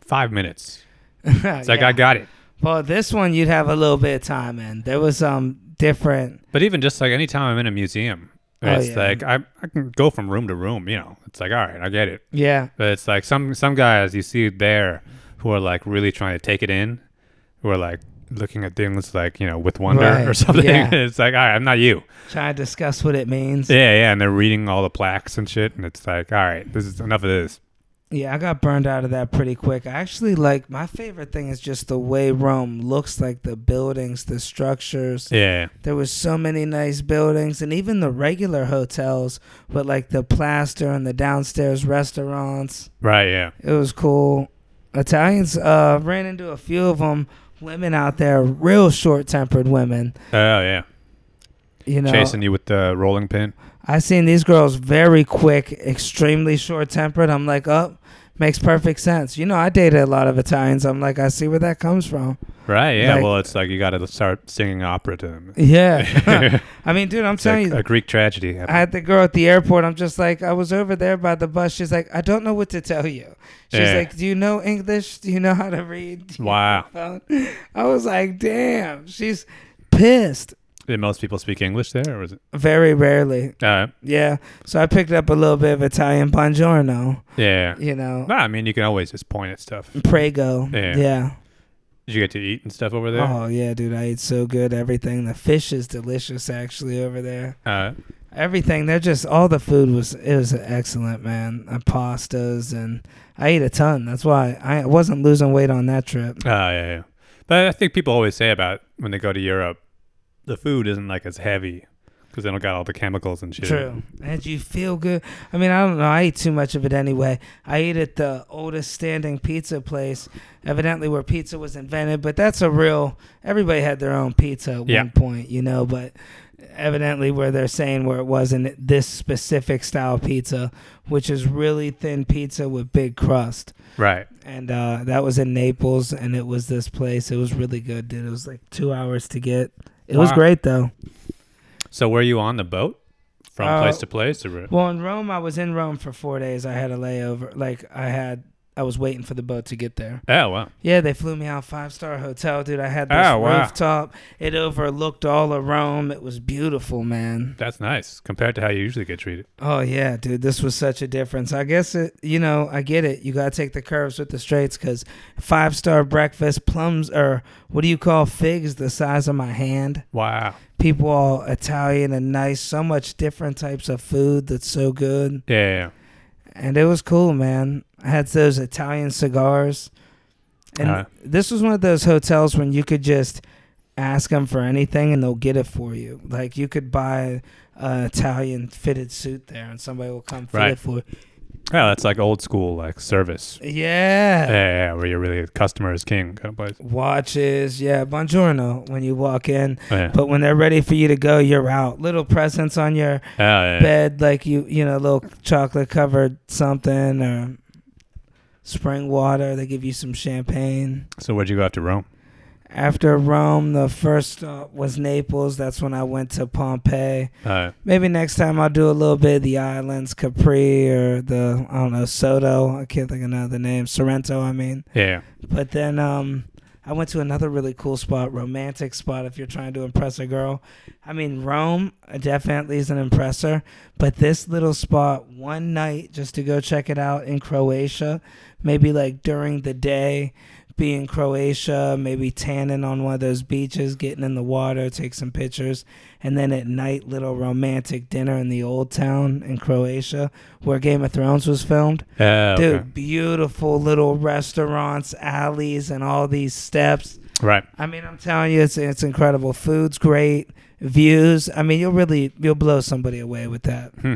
S1: Five minutes. It's like
S2: Yeah.
S1: I got it.
S2: Well, this one you'd have a little bit of time in. There was um different.
S1: But even just like anytime I'm in a museum, And
S2: Oh,
S1: it's
S2: yeah.
S1: like I I can go from room to room. You know, it's like all right, I get it.
S2: Yeah.
S1: But it's like some some guys you see there who are like really trying to take it in, who are like looking at things like you know with wonder
S2: Right,
S1: or something.
S2: yeah.
S1: it's like all right, I'm not you.
S2: Trying to discuss what it means.
S1: Yeah, yeah. And they're reading all the plaques and shit, and it's like all right, this is enough of this.
S2: Yeah, I got burned out of that pretty quick. I actually like my favorite thing is just the way Rome looks like the buildings, the structures.
S1: Yeah,
S2: There was so many nice buildings and even the regular hotels with like the plaster and the downstairs restaurants.
S1: right. Yeah,
S2: It was cool. Italians uh ran into a few of them women out there, real short-tempered women,
S1: oh yeah.
S2: you know.
S1: Chasing you with the rolling pin.
S2: I seen these girls very quick, extremely short tempered. I'm like, oh, makes perfect sense. You know, I dated a lot of Italians. I'm like, I see where that comes from.
S1: Right. Yeah.
S2: Like-
S1: well, it's like you got to start singing opera to them.
S2: Yeah. I mean, dude, I'm
S1: It's like
S2: telling
S1: a
S2: you,
S1: Greek tragedy. happened.
S2: I had the girl at the airport. I'm just like, I was over there by the bus. She's like, I don't know what to tell you. She's
S1: Yeah.
S2: like, Do you know English? Do you know how to read? Do you
S1: Wow.
S2: know how to-" I was like, Damn. She's pissed.
S1: Did most people speak English there, or was it?
S2: Very rarely.
S1: Uh,
S2: Yeah. So I picked up a little bit of Italian buongiorno,
S1: yeah.
S2: you know.
S1: No, I mean you can always just point at stuff.
S2: Mm.
S1: Did
S2: Prego.
S1: Yeah.
S2: yeah.
S1: you get to eat and stuff over there?
S2: Oh yeah, dude, I ate so good. Everything. The fish is delicious actually over there.
S1: Uh,
S2: Everything. They're just all the food was it was excellent, man. Uh, pastas and I ate a ton. That's why I wasn't losing weight on that trip.
S1: Oh yeah, yeah. But I think people always say about when they go to Europe, the food isn't like as heavy because they don't got all the chemicals and shit.
S2: True. And you feel good. I mean, I don't know. I ate too much of it anyway. I ate at the oldest standing pizza place, evidently where pizza was invented, but that's a real everybody had their own pizza at
S1: Yeah.
S2: one point, you know, but evidently where they're saying where it wasn't this specific style pizza, which is really thin pizza with big crust.
S1: Right.
S2: And uh, that was in Naples and it was this place. It was really good, dude. It was like two hours to get. It was
S1: Wow.
S2: great though.
S1: So were you on the boat from
S2: Uh,
S1: place to place? Or...
S2: Well, in Rome, I was in Rome for four days. I had a layover. Like I had, I was waiting for the boat to get there.
S1: Oh wow.
S2: Yeah, they flew me out five star hotel, dude. I had this
S1: Oh, wow.
S2: rooftop. It overlooked all of Rome. It was beautiful, man.
S1: That's nice compared to how you usually get treated.
S2: Oh yeah, dude. This was such a difference. I guess it. You know, I get it. You gotta take the curves with the straights, cause five star breakfast plums or what do you call figs the size of my hand.
S1: Wow.
S2: People all Italian and nice. So much different types of food. That's so good.
S1: Yeah. yeah, yeah.
S2: and it was cool, man. I had those Italian cigars, and
S1: Uh.
S2: this was one of those hotels when you could just ask them for anything and they'll get it for you. Like you could buy an Italian fitted suit there, and somebody will come fit
S1: Right.
S2: it for you.
S1: Oh, that's like old school like service. Yeah,
S2: Yeah.
S1: yeah, yeah, where you're really the customer is king kind of place.
S2: Watches, yeah, buongiorno when you walk in,
S1: Oh, yeah.
S2: but when they're ready for you to go, you're out. Little presents on your
S1: Oh, yeah, yeah.
S2: bed, like you, you know, little chocolate covered something or spring water. They give you some champagne.
S1: So where'd you go after Rome?
S2: After Rome, the first stop was Naples. That's when I went to Pompeii.
S1: Uh,
S2: Maybe next time I'll do a little bit of the islands, Capri or the I don't know Soto. I can't think of another name. Sorrento, I mean.
S1: yeah.
S2: But then um, I went to another really cool spot, romantic spot. If you're trying to impress a girl, I mean Rome definitely is an impressor. But this little spot, one night just to go check it out in Croatia, maybe like during the day, be in Croatia, maybe tanning on one of those beaches, getting in the water, take some pictures, and then at night, little romantic dinner in the old town in Croatia where Game of Thrones was filmed.
S1: Oh,
S2: Dude,
S1: okay.
S2: beautiful little restaurants, alleys, and all these steps.
S1: Right.
S2: I mean, I'm telling you, it's it's incredible. Food's great, views. I mean, you'll really you'll blow somebody away with that.
S1: Hmm.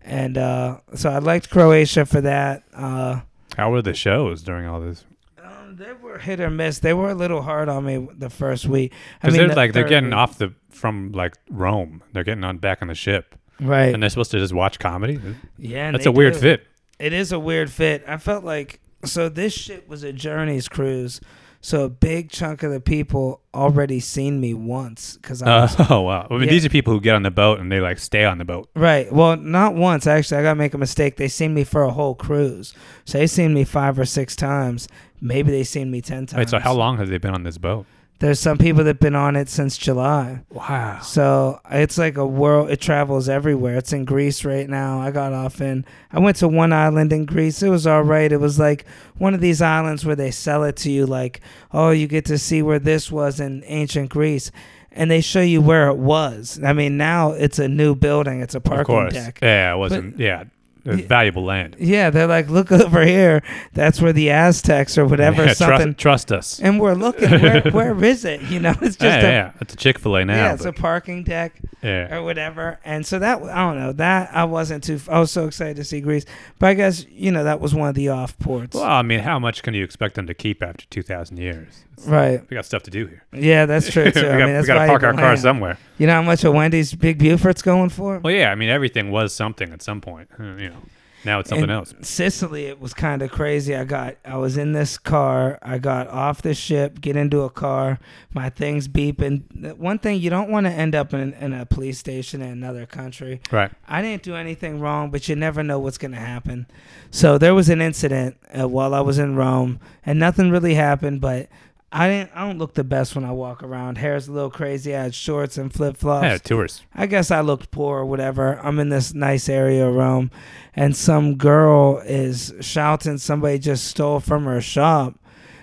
S2: And uh, so I liked Croatia for that. Uh,
S1: How were the shows during all this?
S2: um, they were hit or miss. They were a little hard on me the first week. I
S1: Because
S2: mean,
S1: they're
S2: the
S1: like they're
S2: third
S1: getting
S2: week.
S1: off the from like Rome. They're getting on back on the ship,
S2: right.
S1: and they're supposed to just watch comedy.
S2: yeah, and
S1: That's
S2: they
S1: a weird
S2: do.
S1: fit.
S2: It is a weird fit. I felt like so this shit was a Journeys cruise, so a big chunk of the people already seen me once because I was
S1: oh wow! I mean,
S2: Uh, Yeah.
S1: these are people who get on the boat and they like stay on the boat.
S2: right. Well, not once actually. I gotta make a mistake. They seen me for a whole cruise, so they seen me five or six times. Maybe they seen me ten times.
S1: Wait, so how long have they been on this boat?
S2: There's some people that've been on it since July.
S1: Wow.
S2: So it's like a world. It travels everywhere. It's in Greece right now. I got off in. I went to one island in Greece. It was all right. It was like one of these islands where they sell it to you, like, oh, you get to see where this was in ancient Greece, and they show you where it was. I mean, now it's a new building. It's a
S1: Of
S2: parking
S1: course.
S2: deck.
S1: Yeah, it wasn't. yeah, it was
S2: Yeah.
S1: valuable land.
S2: Yeah, they're like, look over here. That's where the Aztecs or whatever
S1: Yeah,
S2: something.
S1: Trust, trust us.
S2: and we're looking. Where, where is it? You know, it's just
S1: yeah,
S2: a
S1: yeah, it's a Chick Fil A now.
S2: yeah, it's a
S1: but-
S2: parking deck.
S1: yeah.
S2: or whatever. And so that I don't know that I wasn't too. I was so excited to see Greece, but I guess you know that was one of the off ports,
S1: Well, I mean, how much can you expect them to keep after two thousand years?
S2: right?
S1: We got stuff to do here.
S2: Yeah, that's true too.
S1: we
S2: I
S1: got,
S2: mean, that's
S1: we got to
S2: why
S1: park our car
S2: land.
S1: somewhere.
S2: You know how much a Wendy's Big Buford's going for?
S1: Well, yeah, I mean, everything was something at some point. uh, You know, now it's something
S2: In
S1: else.
S2: Sicily, it was kind of crazy. I got, I was in this car. I got off the ship, get into a car. My things beeping. The One thing you don't want to end up in, in a police station in another country.
S1: Right.
S2: I didn't do anything wrong, but you never know what's going to happen. So there was an incident uh, while I was in Rome, and nothing really happened. But I didn't. I don't look the best when I walk around. Hair's a little crazy. I had shorts and flip flops.
S1: Yeah, tourists.
S2: I guess I looked poor or whatever. I'm in this nice area of Rome, and some girl is shouting somebody just stole from her shop.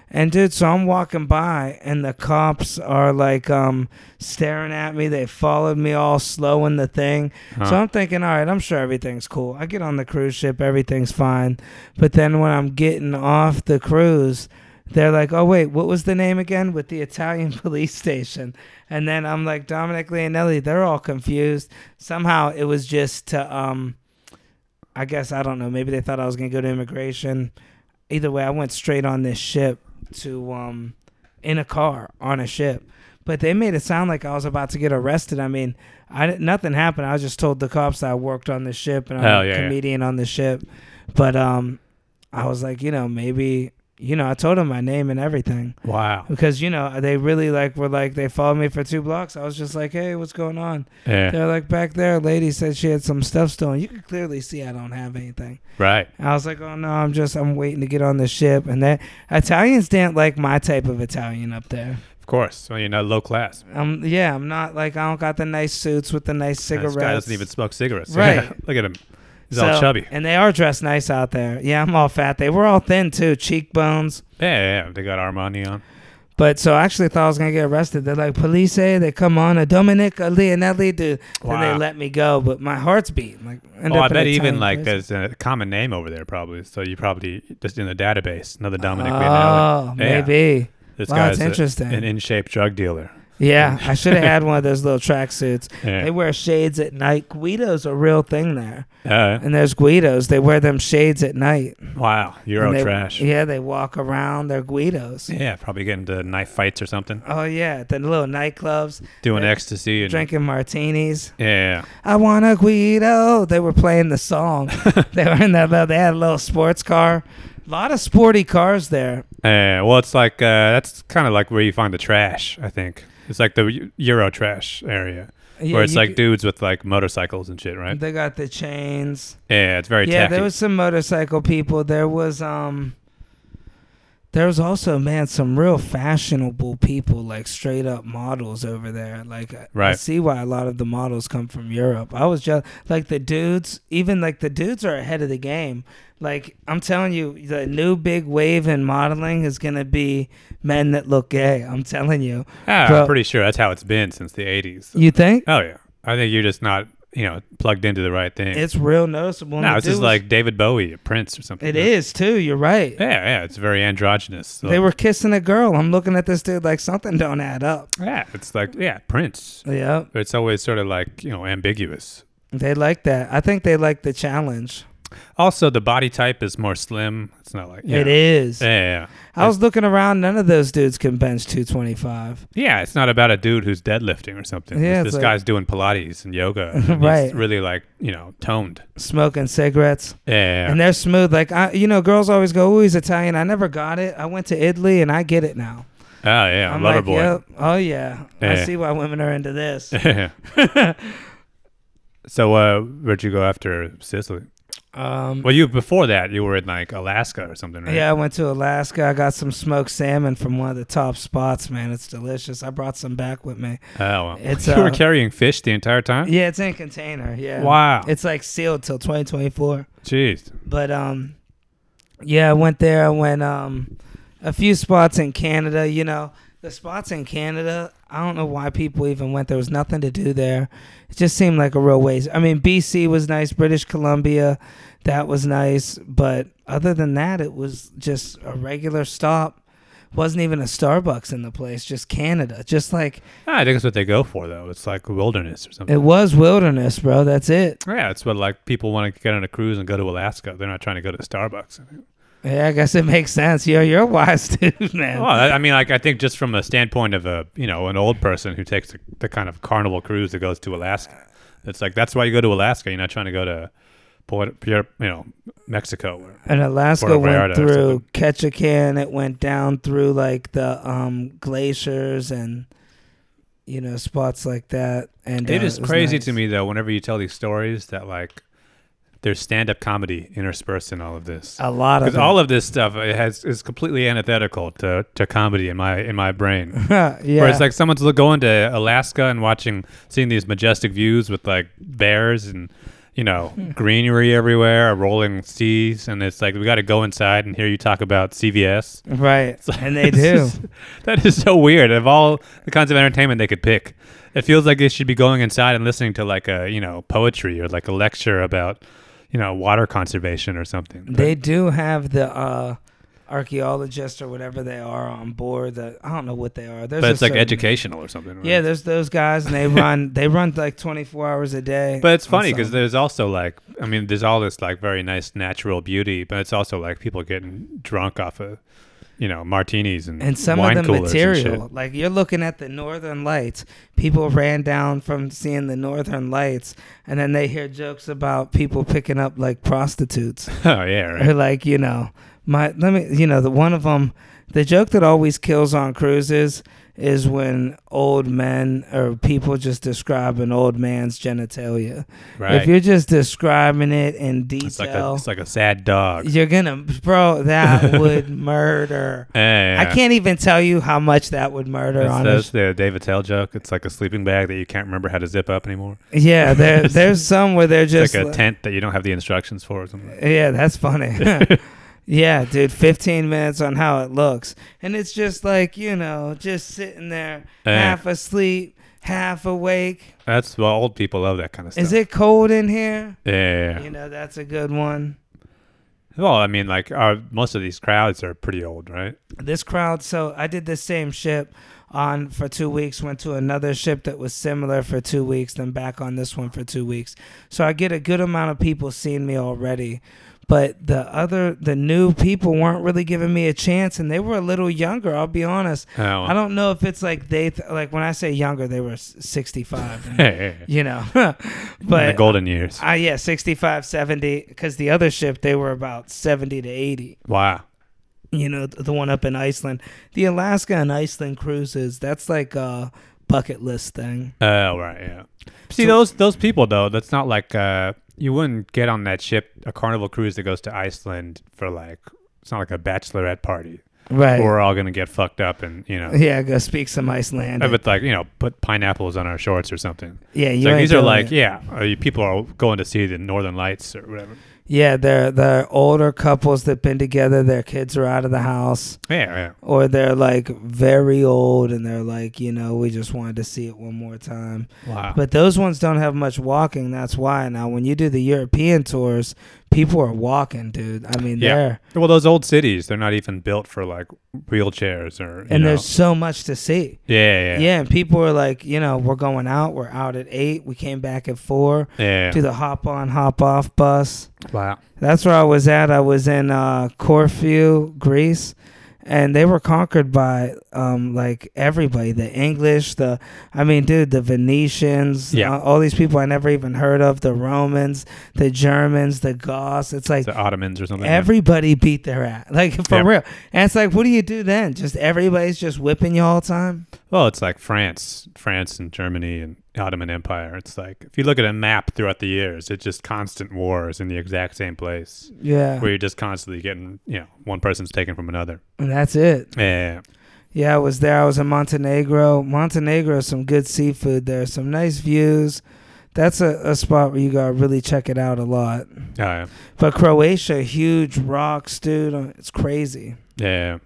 S2: And dude, so I'm walking by, and the cops are like um, staring at me. They followed me all slow in the thing.
S1: Huh.
S2: So I'm thinking, all right, I'm sure everything's cool. I get on the cruise ship, everything's fine. But then when I'm getting off the cruise, they're like, oh, wait, what was the name again? With the Italian police station. And then I'm like, Dominic Leonelli, they're all confused. Somehow it was just to, um, I guess, I don't know, maybe they thought I was going to go to immigration. Either way, I went straight on this ship to, um, in a car on a ship. But they made it sound like I was about to get arrested. I mean, I didn't- nothing happened. I was just told the cops that I worked on the ship and I'm
S1: Oh,
S2: a
S1: yeah, yeah.
S2: comedian on the ship. But um, I was like, you know, maybe, you know, I told them my name and everything
S1: wow.
S2: because you know they really like were like they followed me for two blocks. I was just like, hey, what's going on?
S1: Yeah.
S2: They're like back there. A lady said she had some stuff stolen. You could clearly see I don't have anything.
S1: Right.
S2: I was like, oh no, I'm just I'm waiting to get on the ship. And that Italians didn't like my type of Italian up there.
S1: Of course. Well, you know, low class.
S2: Um, yeah, I'm not like I don't got the nice suits with the nice cigarettes.
S1: This guy doesn't even smoke cigarettes.
S2: Right.
S1: Look at him. He's
S2: So-
S1: all chubby.
S2: And they are dressed nice out there. Yeah, I'm all fat. They were all thin too, cheekbones.
S1: Yeah, yeah, yeah. They got Armani on.
S2: But so I actually thought I was gonna get arrested. They're like police, eh? they come on a Dominic, a Leonelli, dude. Then they
S1: Wow.
S2: let me go, but my heart's beating. Like, end
S1: Oh,
S2: up
S1: I
S2: in
S1: bet
S2: a
S1: even
S2: tiny
S1: like
S2: prison.
S1: there's a common name over there probably. So you probably just in the database. Another Dominic. Leonelli.
S2: Oh,
S1: Yeah.
S2: maybe.
S1: This
S2: Wow,
S1: guy's
S2: that's
S1: a-
S2: interesting.
S1: an in shape drug dealer.
S2: Yeah, I should have had one of those little tracksuits.
S1: Yeah.
S2: They wear shades at night. Guido's a real thing there,
S1: Uh,
S2: and there's Guidos. They wear them shades at night.
S1: wow. Euro
S2: And they-
S1: trash. Yeah.
S2: Yeah, they walk around. They're Guidos.
S1: Probably getting into knife fights or something.
S2: Oh yeah, the little nightclubs,
S1: Doing
S2: Yeah.
S1: ecstasy and
S2: drinking martinis.
S1: Yeah, Yeah.
S2: I want a Guido. They were playing the song. they were in that. little- They had a little sports car. A lot of sporty cars there.
S1: Yeah. well, it's like uh, that's kind of like where you find the trash. I think it's like the Eu- Euro trash area
S2: Yeah,
S1: where it's
S2: you
S1: like
S2: could-
S1: dudes with like motorcycles and shit, right?
S2: They got the chains.
S1: Yeah, it's very
S2: yeah,
S1: tacky.
S2: there was some motorcycle people. There was um. There was also man some real fashionable people like straight up models over there. Like I- I
S1: Right.
S2: see why a lot of the models come from Europe. I was just like the dudes, even like the dudes are ahead of the game. Like I'm telling you, the new big wave in modeling is gonna be men that look gay. I'm telling you.
S1: Ah,
S2: Bro.
S1: I'm pretty sure that's how it's been since the 80s.
S2: You think
S1: Oh yeah, I think you're just not you know plugged into the right thing.
S2: it's real noticeable? And
S1: no,
S2: the
S1: it's just
S2: dudes-
S1: like David Bowie, or Prince, or something.
S2: it is too. You're right.
S1: Yeah, yeah, it's very androgynous. So,
S2: They were kissing a girl. I'm looking at this dude like something don't add up.
S1: Yeah, it's like yeah, Prince.
S2: Yep.
S1: It's always sort of like you know ambiguous.
S2: They like that. I think they like the challenge.
S1: Also, the body type is more slim. It's not like you
S2: It
S1: know.
S2: is.
S1: Yeah, yeah,
S2: I was looking around. None of those dudes can bench 225.
S1: yeah. Yeah, it's not about a dude who's deadlifting or something.
S2: Yeah,
S1: this
S2: it's like-
S1: guy's doing Pilates and yoga. and he's
S2: Right.
S1: really like you know toned.
S2: Smoking cigarettes.
S1: Yeah, yeah,
S2: And they're smooth. Like, I, you know, girls always go, oh, he's Italian. I never got it. I went to Italy and I get it now.
S1: oh yeah,
S2: I'm
S1: lover
S2: like,
S1: boy.
S2: "Yep. Oh, yeah. I
S1: Yeah.
S2: see why women are into this.
S1: so uh, where'd you go after Sicily?
S2: Um,
S1: Well, you before that you were in like Alaska or something, right?
S2: yeah, I went to Alaska. I got some smoked salmon from one of the top spots, man. It's delicious. I brought some back with me.
S1: Oh, well.
S2: It's,
S1: you were
S2: uh,
S1: carrying fish the entire time.
S2: Yeah, it's in a container. Yeah.
S1: Wow.
S2: It's like sealed till 2024.
S1: Jeez.
S2: But um, yeah, I went there. I went um, a few spots in Canada. You know, the spots in Canada. I don't know why people even went. There was nothing to do there. It just seemed like a real waste. I mean, BC was nice. British Columbia, that was nice. But other than that, it was just a regular stop. Wasn't even a Starbucks in the place. Just Canada. Just like
S1: Ah, I think that's what they go for though. It's like wilderness or something.
S2: it was wilderness, bro. That's it.
S1: yeah, it's what like people want to get on a cruise and go to Alaska. They're not trying to go to Starbucks.
S2: Yeah, I guess it makes sense. Yo, you're a wise dude, man.
S1: Well, Oh, I I mean, like I think just from a standpoint of a you know an old person who takes the, the kind of carnival cruise that goes to Alaska, it's like that's why you go to Alaska. You're not trying to go to Puerto, Puer- you know, Mexico. Or,
S2: And Alaska
S1: Puerto
S2: went
S1: Vallarta or
S2: through Ketchikan. It went down through like the um, glaciers and you know spots like that. And
S1: it
S2: uh,
S1: is
S2: was
S1: crazy
S2: nice.
S1: to me though. Whenever you tell these stories, that like there's stand-up comedy interspersed in all of this.
S2: A lot of
S1: Because
S2: it.
S1: all of this stuff it has is completely antithetical to, to comedy in my in my brain.
S2: yeah.
S1: Where it's like someone's lo- going to Alaska and watching, seeing these majestic views with like bears and, you know,
S2: Hmm.
S1: greenery everywhere, rolling seas. And it's like, we got to go inside and hear you talk about CVS.
S2: right,
S1: It's like-
S2: and they
S1: it's
S2: do.
S1: just- that is so weird. Of all the kinds of entertainment they could pick, it feels like they should be going inside and listening to like a, you know, poetry or like a lecture about, you know, water conservation or something. But-
S2: They do have the uh, archaeologists or whatever they are on board. The I don't know what they are. There's
S1: but
S2: a
S1: it's like
S2: certain-
S1: educational or something. right?
S2: Yeah, there's those guys, and they run. they run like 24 hours a day.
S1: But it's
S2: on
S1: funny because
S2: something.
S1: there's also like, I mean, there's all this like very nice natural beauty, but it's also like people getting drunk off of, you know, martinis and
S2: and some
S1: wine
S2: of the
S1: coolers and shit.
S2: material like you're looking at the northern lights people ran down from seeing the northern lights and then they hear jokes about people picking up like prostitutes
S1: Oh yeah,
S2: or
S1: right.
S2: like you know my let me you know the one of them the joke that always kills on cruises is when old men or people just describe an old man's genitalia if
S1: Right.
S2: you're just describing it in detail
S1: it's like a it's like a sad dog.
S2: you're gonna bro that would murder
S1: Yeah,
S2: I
S1: yeah.
S2: can't even tell you how much that would murder.
S1: That's,
S2: Honest,
S1: that's the David Tell joke. It's like a sleeping bag that you can't remember how to zip up anymore.
S2: yeah, there, there's some where they're
S1: It's
S2: just
S1: like a
S2: li-
S1: tent that you don't have the instructions for or something.
S2: yeah, that's funny. yeah, dude, 15 minutes on how it looks, and it's just like you know, just sitting there,
S1: Yeah.
S2: half asleep, half awake.
S1: That's well, old people love that kind of stuff.
S2: Is it cold in here?
S1: Yeah, yeah, yeah.
S2: You know, that's a good one.
S1: Well, I mean, like our, most of these crowds are pretty old, right?
S2: this crowd so i did the same ship on for two weeks went to another ship that was similar for two weeks then back on this one for two weeks so i get a good amount of people seeing me already but the other the new people weren't really giving me a chance and they were a little younger i'll be honest
S1: Oh, well.
S2: i don't know if it's like they th- like when i say younger they were s- 65 and,
S1: Yeah, yeah, yeah.
S2: you know
S1: In the
S2: but
S1: golden years.
S2: uh, yeah 65 70 because the other ship they were about 70 to 80
S1: wow.
S2: you know th- the one up in iceland the alaska and iceland cruises that's like a bucket list thing
S1: Oh right, yeah. See
S2: So-
S1: those those people though. That's not like uh, you wouldn't get on that ship, a Carnival cruise that goes to Iceland for like it's not like a bachelorette party.
S2: right
S1: We're all gonna get fucked up and you know,
S2: yeah go speak some icelandic
S1: but like you know, put pineapples on our shorts or something.
S2: yeah
S1: It's
S2: you
S1: like,
S2: ain't
S1: these are
S2: doing
S1: like
S2: it.
S1: yeah, uh, you- people are going to see the Northern Lights or whatever.
S2: yeah they're they're older couples that've been together their kids are out of the house
S1: Yeah, yeah.
S2: or they're like very old and they're like you know we just wanted to see it one more time
S1: Wow.
S2: But those ones don't have much walking. That's why. Now, when you do the European tours, people are walking, dude. I mean,
S1: Yeah.
S2: they're
S1: well, those old cities, they're not even built for like wheelchairs or. You
S2: and
S1: know.
S2: there's so much to see.
S1: yeah, yeah,
S2: Yeah.
S1: yeah,
S2: and people are like, you know, we're going out. We're out at eight. We came back at four.
S1: yeah.
S2: Do the hop on, hop off bus.
S1: Wow.
S2: That's where I was at. I was in uh, Corfu, Greece, and they were conquered by um, like everybody. The English, the I mean, dude, the Venetians,
S1: Yeah.
S2: uh, all these people I never even heard of. The Romans, the Germans, the Goths. It's like
S1: The Ottomans or something. yeah.
S2: everybody beat their ass, like for
S1: Yeah.
S2: real. And it's like, what do you do then? Just everybody's just whipping you all the time.
S1: Well, it's like France, France and Germany and Ottoman Empire. It's like if you look at a map throughout the years, it's just constant wars in the exact same place
S2: Yeah.
S1: where you're just constantly getting, you know, one person's taken from another.
S2: And that's it.
S1: Yeah.
S2: Yeah, I was there. I was in Montenegro. Montenegro, some good seafood there, some nice views. That's a, a spot where you gotta really check it out a lot.
S1: Yeah.
S2: But Croatia, huge rocks, dude. Uh, It's crazy.
S1: Yeah.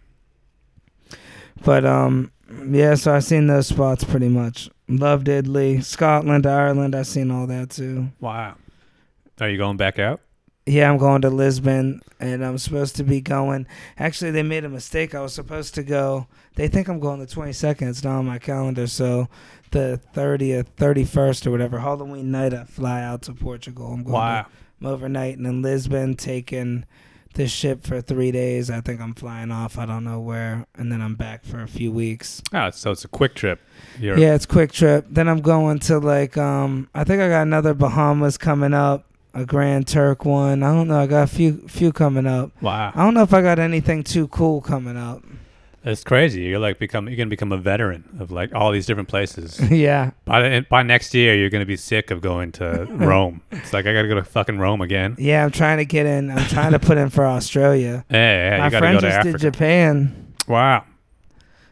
S2: But um, yeah. So I've seen those spots pretty much. Loved Italy, Scotland, Ireland. I've seen all that too.
S1: Wow. Are you going back out?
S2: Yeah, I'm going to Lisbon, and I'm supposed to be going. Actually, they made a mistake. I was supposed to go. They think I'm going the 22nd. It's not on my calendar. So the 30th, 31st, or whatever Halloween night, I fly out to Portugal. I'm going. to- I'm overnight, and in Lisbon, taking the ship for three days. I think I'm flying off. I don't know where, and then I'm back for a few weeks.
S1: Oh, so it's a quick trip. You're,
S2: Yeah, it's quick trip. Then I'm going to like um I think I got another Bahamas coming up, a Grand Turk one. I don't know, I got a few few coming up.
S1: Wow.
S2: I don't know if I got anything too cool coming up.
S1: That's crazy. You're like become you're gonna become a veteran of like all these different places.
S2: yeah.
S1: By the, by next year, you're gonna be sick of going to Rome. It's like I gotta go to fucking Rome again.
S2: Yeah, I'm trying to get in. I'm trying to put in for Australia.
S1: Yeah, yeah,
S2: My
S1: you gotta
S2: friend
S1: go to
S2: just
S1: Africa.
S2: did Japan.
S1: wow.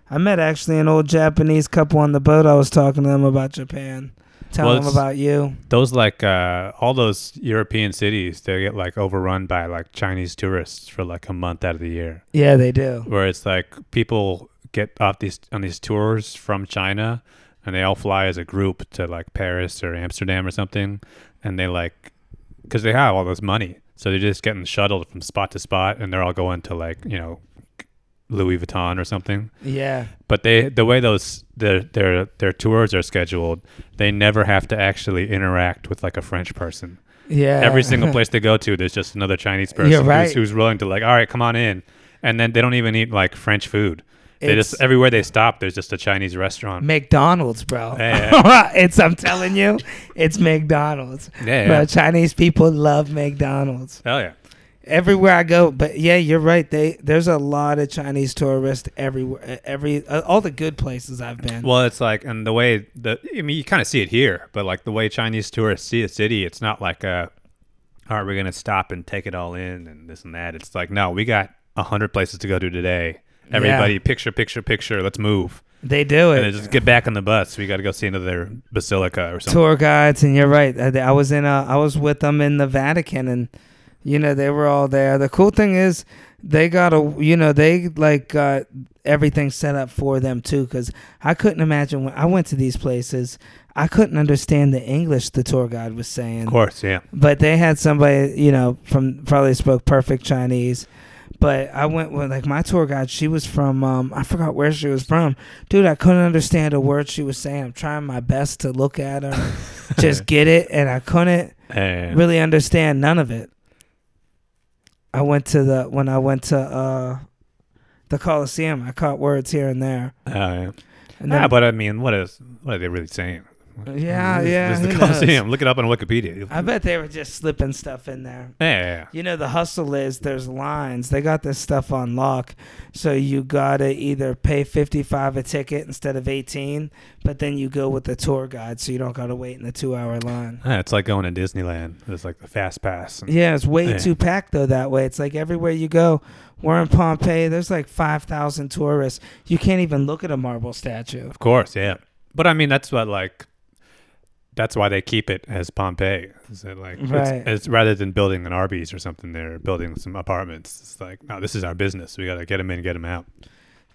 S2: I met actually an old Japanese couple on the boat. I was talking to them about Japan, telling
S1: Well,
S2: them
S1: it's-
S2: about you.
S1: Those like uh, all those European cities, they get like overrun by like Chinese tourists for like a month out of the year.
S2: Yeah, they do.
S1: where it's like people get off these on these tours from China and they all fly as a group to like Paris or Amsterdam or something and they like cuz they have all this money so they're just getting shuttled from spot to spot and they're all going to like you know Louis Vuitton or something
S2: Yeah.
S1: but they the way those their their their tours are scheduled they never have to actually interact with like a French person
S2: Yeah.
S1: every single place they go to, there's just another Chinese person
S2: You're
S1: who's-
S2: right.
S1: who's, willing to like, all right, come on in, and then they don't even eat like French food. They
S2: It's-
S1: just everywhere they stop, there's just a Chinese restaurant.
S2: McDonald's, bro.
S1: Yeah.
S2: it's I'm telling you, it's McDonald's.
S1: Yeah,
S2: Bro,
S1: yeah.
S2: Chinese people love McDonald's.
S1: hell yeah,
S2: Everywhere I go, but yeah, you're right. They there's a lot of Chinese tourists everywhere. Every uh, all the good places I've been.
S1: Well, it's like, and the way the, I mean, you kind of see it here, but like the way Chinese tourists see a city, it's not like, uh, all right, we're going to stop and take it all in and this and that. It's like, no, we got a hundred places to go to today. Everybody, picture, picture, picture, let's move.
S2: they do
S1: And then
S2: it.
S1: just get back on the bus. We got to go see another basilica or something.
S2: Tour guides, and you're right. I, I was in a, I was with them in the Vatican, and you know they were all there. The cool thing is they got a, you know they like got everything set up for them too. Because I couldn't imagine when I went to these places, I couldn't understand the English the tour guide was saying.
S1: Of course, yeah.
S2: but they had somebody you know from probably spoke perfect chinese but i went with like my tour guide she was from um i forgot where she was from dude i couldn't understand a word she was saying i'm trying my best to look at her just get it and i couldn't
S1: And
S2: really understand none of it i went to the when i went to uh the coliseum i caught words here and there
S1: Uh,
S2: and Uh,
S1: ah, but I mean, what is what are they really saying?
S2: yeah
S1: This-
S2: yeah
S1: this is
S2: who
S1: the
S2: knows?
S1: Colosseum. Look it up on Wikipedia.
S2: i bet they were just slipping stuff in there
S1: Yeah, yeah,
S2: You know, the hustle is there's lines. They got this stuff on lock. So you got to either pay 55 a ticket instead of 18, but then you go with the tour guide so you don't got to wait in the two hour line.
S1: yeah. Ah, it's like going to Disneyland. It's like the fast pass. and-
S2: Yeah, it's way
S1: Yeah.
S2: too packed though that way. It's like everywhere you go, we're in Pompeii, there's like 5,000 tourists. You can't even look at a marble statue.
S1: Of course, yeah. But I mean, that's what like that's why they keep it as Pompeii. Is that like
S2: Right.
S1: it's, it's rather than building an Arby's or something, they're building some apartments. It's like, no, this is our business. We gotta get them in, get them out.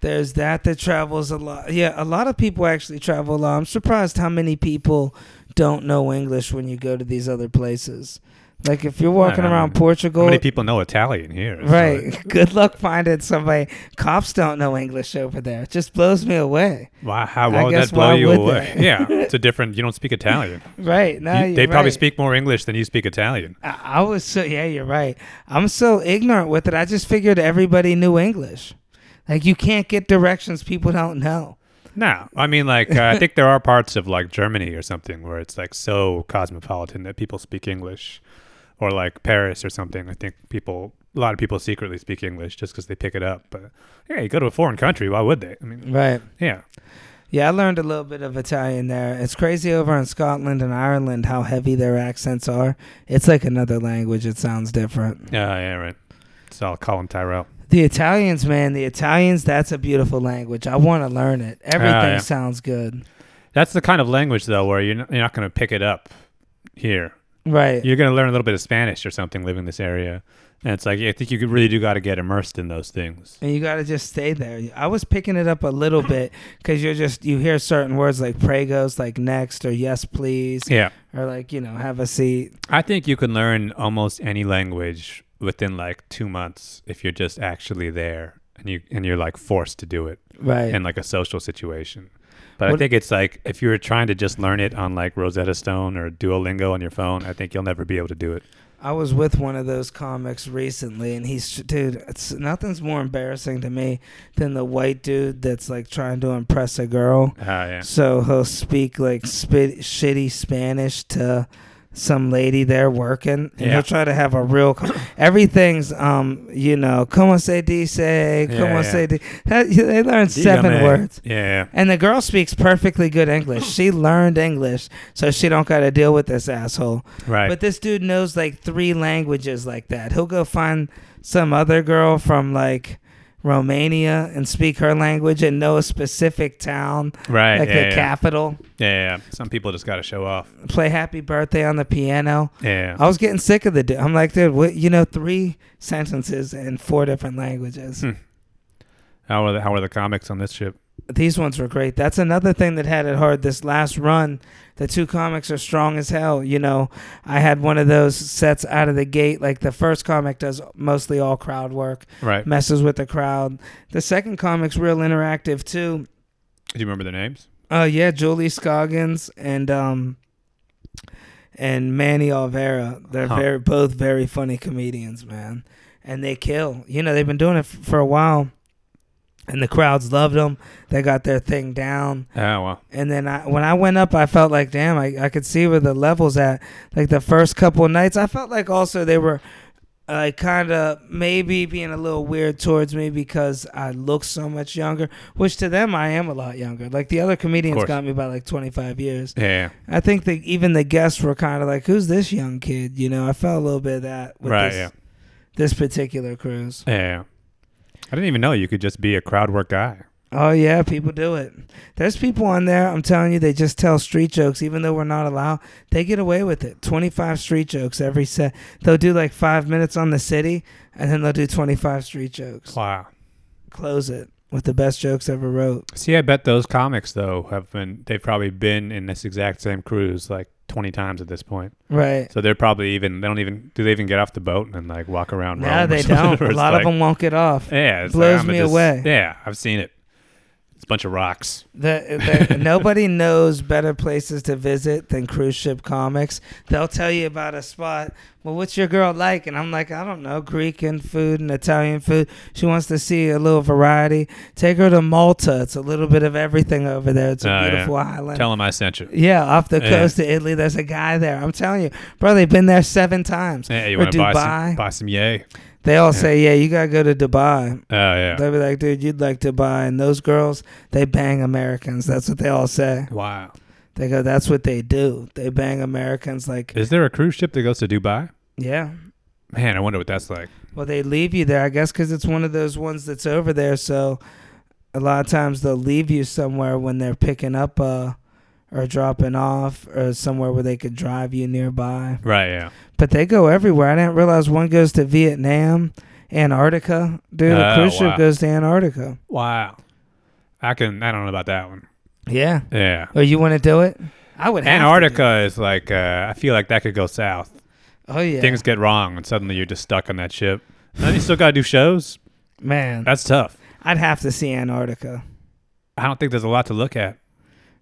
S2: There's that that travels a lot. Yeah, a lot of people actually travel a lot. I'm surprised how many people don't know English when you go to these other places. Like if you're walking
S1: I mean,
S2: around
S1: How
S2: Portugal,
S1: many people know Italian here? It's
S2: right?
S1: like,
S2: Good luck finding somebody. Cops don't know English over there. It just blows me away.
S1: why? How?
S2: I
S1: Why would
S2: guess
S1: that blow
S2: why
S1: you
S2: would
S1: away?
S2: they?
S1: yeah, it's a different. You don't speak Italian.
S2: Right? No,
S1: You-
S2: you're
S1: they probably
S2: right.
S1: speak more English than you speak Italian.
S2: I, I was so yeah, you're right. I'm so ignorant with it. I just figured everybody knew English. Like you can't get directions people don't know.
S1: No, I mean, like, uh, I think there are parts of like Germany or something where it's like so cosmopolitan that people speak English, or like Paris or something. I think people, a lot of people secretly speak English just because they pick it up. But yeah, you go to a foreign country, why would they? I mean,
S2: Right.
S1: yeah,
S2: Yeah, I learned a little bit of Italian there. It's crazy over in Scotland and Ireland how heavy their accents are. It's like another language. It sounds different.
S1: Yeah, yeah, right. It's all Colin Tyrell.
S2: The Italians, man, the Italians, that's a beautiful language. I want to learn it. Everything
S1: yeah.
S2: sounds good.
S1: That's the kind of language though where you're not, you're not going to pick it up here.
S2: Right.
S1: You're going to learn a little bit of Spanish or something living in this area, and it's like I think you could- really do got to get immersed in those things.
S2: and you got to just stay there. I was picking it up a little bit because you're just, you hear certain words like pregos, like next, or yes, please,
S1: Yeah,
S2: or like, you know, have a seat.
S1: I think you can learn almost any language within like two months if you're just actually there and you and you're like forced to do it.
S2: Right.
S1: in like a social situation. But I
S2: What-
S1: think it's like if you were trying to just learn it on like Rosetta Stone or Duolingo on your phone, I think you'll never be able to do it.
S2: I was with one of those comics recently, and he's dude. It's nothing's more embarrassing to me than the white dude that's like trying to impress a girl.
S1: Uh, yeah.
S2: So he'll speak like spit, shitty Spanish to some lady there working, and
S1: Yeah.
S2: he'll try to have a real. co- Everything's um, you know, como se dice,
S1: Yeah,
S2: como
S1: yeah.
S2: se dice. They learn seven
S1: Dígame.
S2: words.
S1: Yeah.
S2: And the girl speaks perfectly good English. She learned English, so she don't got to deal with this asshole.
S1: Right.
S2: But this dude knows like three languages like that. He'll go find some other girl from like Romania and speak her language and know a specific town,
S1: right.
S2: like
S1: yeah,
S2: the
S1: yeah.
S2: capital,
S1: Yeah, yeah, yeah. Some people just got to show off.
S2: play happy birthday on the piano.
S1: Yeah.
S2: I was getting sick of the dude. I'm like, dude, what, you know, three sentences in four different languages.
S1: Hmm. How are the How are the comics on this ship?
S2: These ones were great. That's another thing that had it hard this last run. The two comics are strong as hell. You know, I had one of those sets out of the gate. Like the first comic does mostly all crowd work.
S1: Right.
S2: messes with the crowd. The second comic's real interactive too.
S1: Do you remember their names?
S2: Uh yeah, Julie Scoggins and um and Manny Alvera. They're
S1: Huh.
S2: very both very funny comedians, man. And they kill. You know, they've been doing it f- for a while. And the crowds loved them. They got their thing down.
S1: Oh, well.
S2: And then I, when I went up, I felt like, damn, I, I could see where the levels at. Like the first couple of nights, I felt like also they were like kind of maybe being a little weird towards me because I look so much younger, which to them I am a lot younger. Like the other comedians
S1: course.
S2: got me by like 25 years.
S1: Yeah. yeah.
S2: I think that even the guests were kind of like, who's this young kid? You know, I felt a little bit of that with
S1: Right.
S2: this,
S1: Yeah.
S2: this particular cruise.
S1: yeah. Yeah. I didn't even know you could just be a crowd work guy.
S2: Oh yeah, people do it. There's people on there. I'm telling you, they just tell street jokes, even though we're not allowed. They get away with it. 25 street jokes every set. They'll do like five minutes on the city, and then they'll do 25 street jokes.
S1: Wow.
S2: Close it with the best jokes ever wrote.
S1: See, I bet those comics though have been they've probably been in this exact same cruise like twenty times at this point.
S2: Right
S1: So they're probably even they don't even do they even get off the boat and then like walk around.
S2: now
S1: Rome or
S2: they
S1: something?
S2: don't.
S1: Or
S2: A
S1: it's
S2: lot
S1: like-
S2: of them won't get off.
S1: Yeah, it's
S2: blows
S1: like, I'ma
S2: me
S1: just-
S2: away.
S1: Yeah, I've seen it. It's a bunch of rocks.
S2: The, the, nobody knows better places to visit than cruise ship comics. They'll tell you about a spot. Well, what's your girl like? And I'm like, I don't know. Greek and food and Italian food. She wants to see a little variety. Take her to Malta. It's a little bit of everything over there. It's a
S1: Oh, yeah.
S2: beautiful island.
S1: Tell them I sent you.
S2: yeah, off the
S1: Yeah.
S2: coast of Italy, there's a guy there. I'm telling you, bro, they've been there seven times.
S1: Yeah, you
S2: Or
S1: want to buy
S2: Dubai.
S1: some, buy some yay?
S2: They all say, yeah, you got to go to Dubai.
S1: Oh yeah.
S2: They'll be like, dude, you'd like Dubai. And those girls, they bang Americans. That's what they all say.
S1: wow.
S2: They go, that's what they do. They bang Americans like,
S1: Is there a cruise ship that goes to Dubai?
S2: yeah.
S1: Man, I wonder what that's like.
S2: Well, they leave you there, I guess, because it's one of those ones that's over there. So a lot of times they'll leave you somewhere when they're picking up uh, or dropping off or somewhere where they could drive you nearby.
S1: Right. Yeah.
S2: But they go everywhere. I didn't realize one goes to Vietnam, Antarctica. Dude, a
S1: Oh,
S2: cruise ship
S1: wow.
S2: goes to Antarctica.
S1: Wow. I can. I don't know about that one.
S2: Yeah.
S1: Yeah.
S2: Oh, you want to do it? I would have to do it.
S1: Antarctica is like uh, I feel like that could go south.
S2: Oh, yeah.
S1: Things get wrong and suddenly you're just stuck on that ship. And then you still gotta do shows.
S2: Man,
S1: That's tough.
S2: I'd have to see Antarctica.
S1: I don't think there's a lot to look at.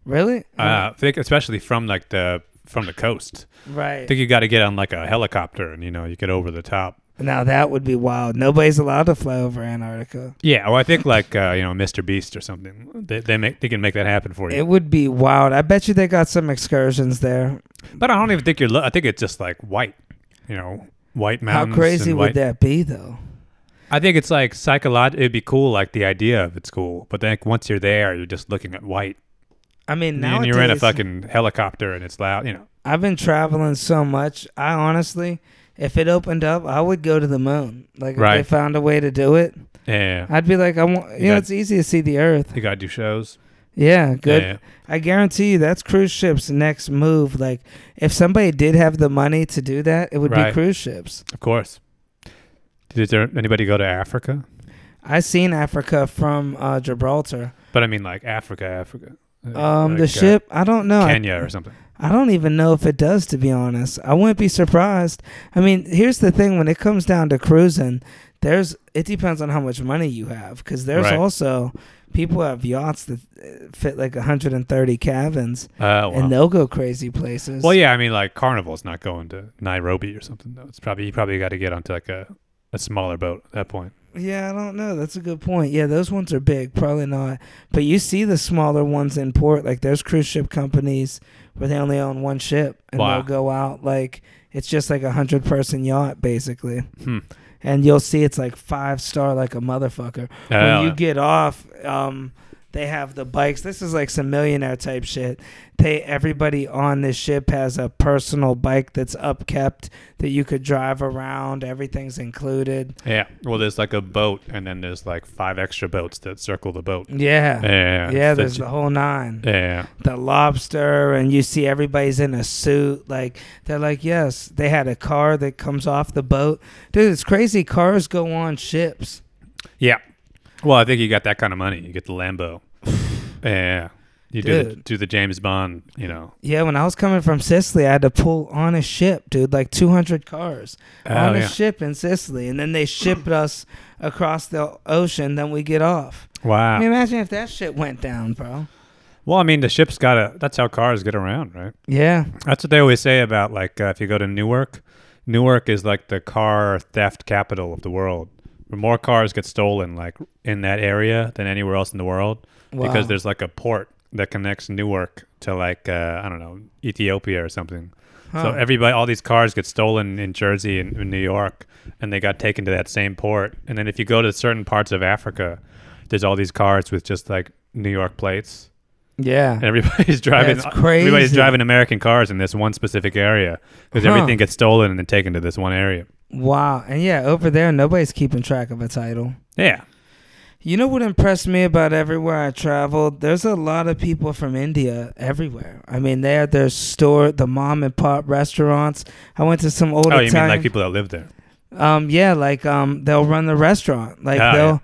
S2: Really?
S1: Uh, I think especially from like the from the coast.
S2: right.
S1: I think you got to get on like a helicopter and you know you get over the top.
S2: Now that would be wild. Nobody's allowed to fly over Antarctica.
S1: Yeah, well, I think like uh, you know Mr. Beast or something. They they, make, they can make that happen for you.
S2: It would be wild. I bet you they got some excursions there.
S1: but I don't even think you're. Lo- I think it's just like white, you know, white mountains.
S2: How crazy
S1: and
S2: would
S1: white-
S2: that be, though?
S1: I think it's like psychological. It'd be cool, like the idea of it's cool. But then like, once you're there, you're just looking at white
S2: I mean,
S1: and
S2: nowadays
S1: you're in a fucking helicopter and it's loud. You know,
S2: I've been traveling so much. I honestly, if it opened up, I would go to the moon. Like if they
S1: Right.
S2: found a way to do it,
S1: yeah.
S2: I'd be like, I want. You,
S1: You
S2: know,
S1: got-
S2: it's easy to see the Earth.
S1: You gotta do shows.
S2: Yeah, good.
S1: Yeah.
S2: I guarantee you, that's cruise ships' next move. Like if somebody did have the money to do that, it would be
S1: Right.
S2: cruise ships.
S1: Of course. Did there anybody go to Africa?
S2: I seen Africa from uh, Gibraltar.
S1: But I mean, like Africa, Africa.
S2: Um,
S1: Like,
S2: the
S1: uh,
S2: ship. I don't know. I
S1: Kenya or something.
S2: I don't even know if it does, to be honest. I wouldn't be surprised. I mean, here's the thing: when it comes down to cruising, there's it depends on how much money you have, because there's
S1: Right.
S2: also people have yachts that uh, fit like 130 cabins,
S1: Uh, well.
S2: and they'll go crazy places.
S1: well, yeah. I mean, like Carnival's not going to Nairobi or something. Though it's probably you probably got to get onto like a, a smaller boat at that point.
S2: yeah, I don't know. That's a good point. Yeah, those ones are big, probably not. But you see the smaller ones in port, like there's cruise ship companies where they only own one ship, and
S1: Wow.
S2: they'll go out like it's just like a hundred person yacht, basically.
S1: Hmm.
S2: and you'll see it's like five star like a motherfucker.
S1: Uh,
S2: when you get off, um, they have the bikes. This is like some millionaire type shit. They everybody on this ship has a personal bike that's upkept that you could drive around. Everything's included.
S1: yeah. Well, there's like a boat, and then there's like five extra boats that circle the boat.
S2: Yeah.
S1: Yeah.
S2: yeah,
S1: That
S2: there's
S1: you-
S2: the whole nine.
S1: yeah.
S2: The lobster, and you see everybody's in a suit. Like, they're like, yes, they had a car that comes off the boat. Dude, it's crazy. Cars go on ships.
S1: Yeah. Well, I think you got that kind of money. You get the Lambo. yeah. You do the,
S2: Dude.
S1: do the James Bond, you know.
S2: Yeah, when I was coming from Sicily, I had to pull on a ship, dude, like 200 cars on a
S1: yeah.
S2: ship in Sicily. And then they shipped us across the ocean, then we get off.
S1: Wow.
S2: Can you imagine if that shit went down, bro?
S1: Well, I mean, the ship's got to. That's how cars get around, right?
S2: Yeah.
S1: That's what they always say about like uh, if you go to Newark. Newark is like the car theft capital of the world. More cars get stolen like in that area than anywhere else in the world
S2: Wow.
S1: because there's like a port that connects Newark to like uh, I don't know Ethiopia or something. So
S2: Huh.
S1: everybody, all these cars get stolen in Jersey and in New York, and they got taken to that same port. And then if you go to certain parts of Africa, there's all these cars with just like New York plates.
S2: Yeah.
S1: And everybody's driving.
S2: That's
S1: Everybody's
S2: crazy.
S1: driving American cars in this one specific area because
S2: Huh.
S1: everything gets stolen and then taken to this one area.
S2: Wow. And yeah, over there, nobody's keeping track of a title.
S1: Yeah.
S2: You know what impressed me about everywhere I traveled? There's a lot of people from India everywhere. I mean, they had their store, the mom and pop restaurants. I went to some old
S1: Oh, you
S2: Italian
S1: mean like people that live there?
S2: Um, yeah, like um, they'll run the restaurant. Like
S1: Oh,
S2: they'll
S1: yeah.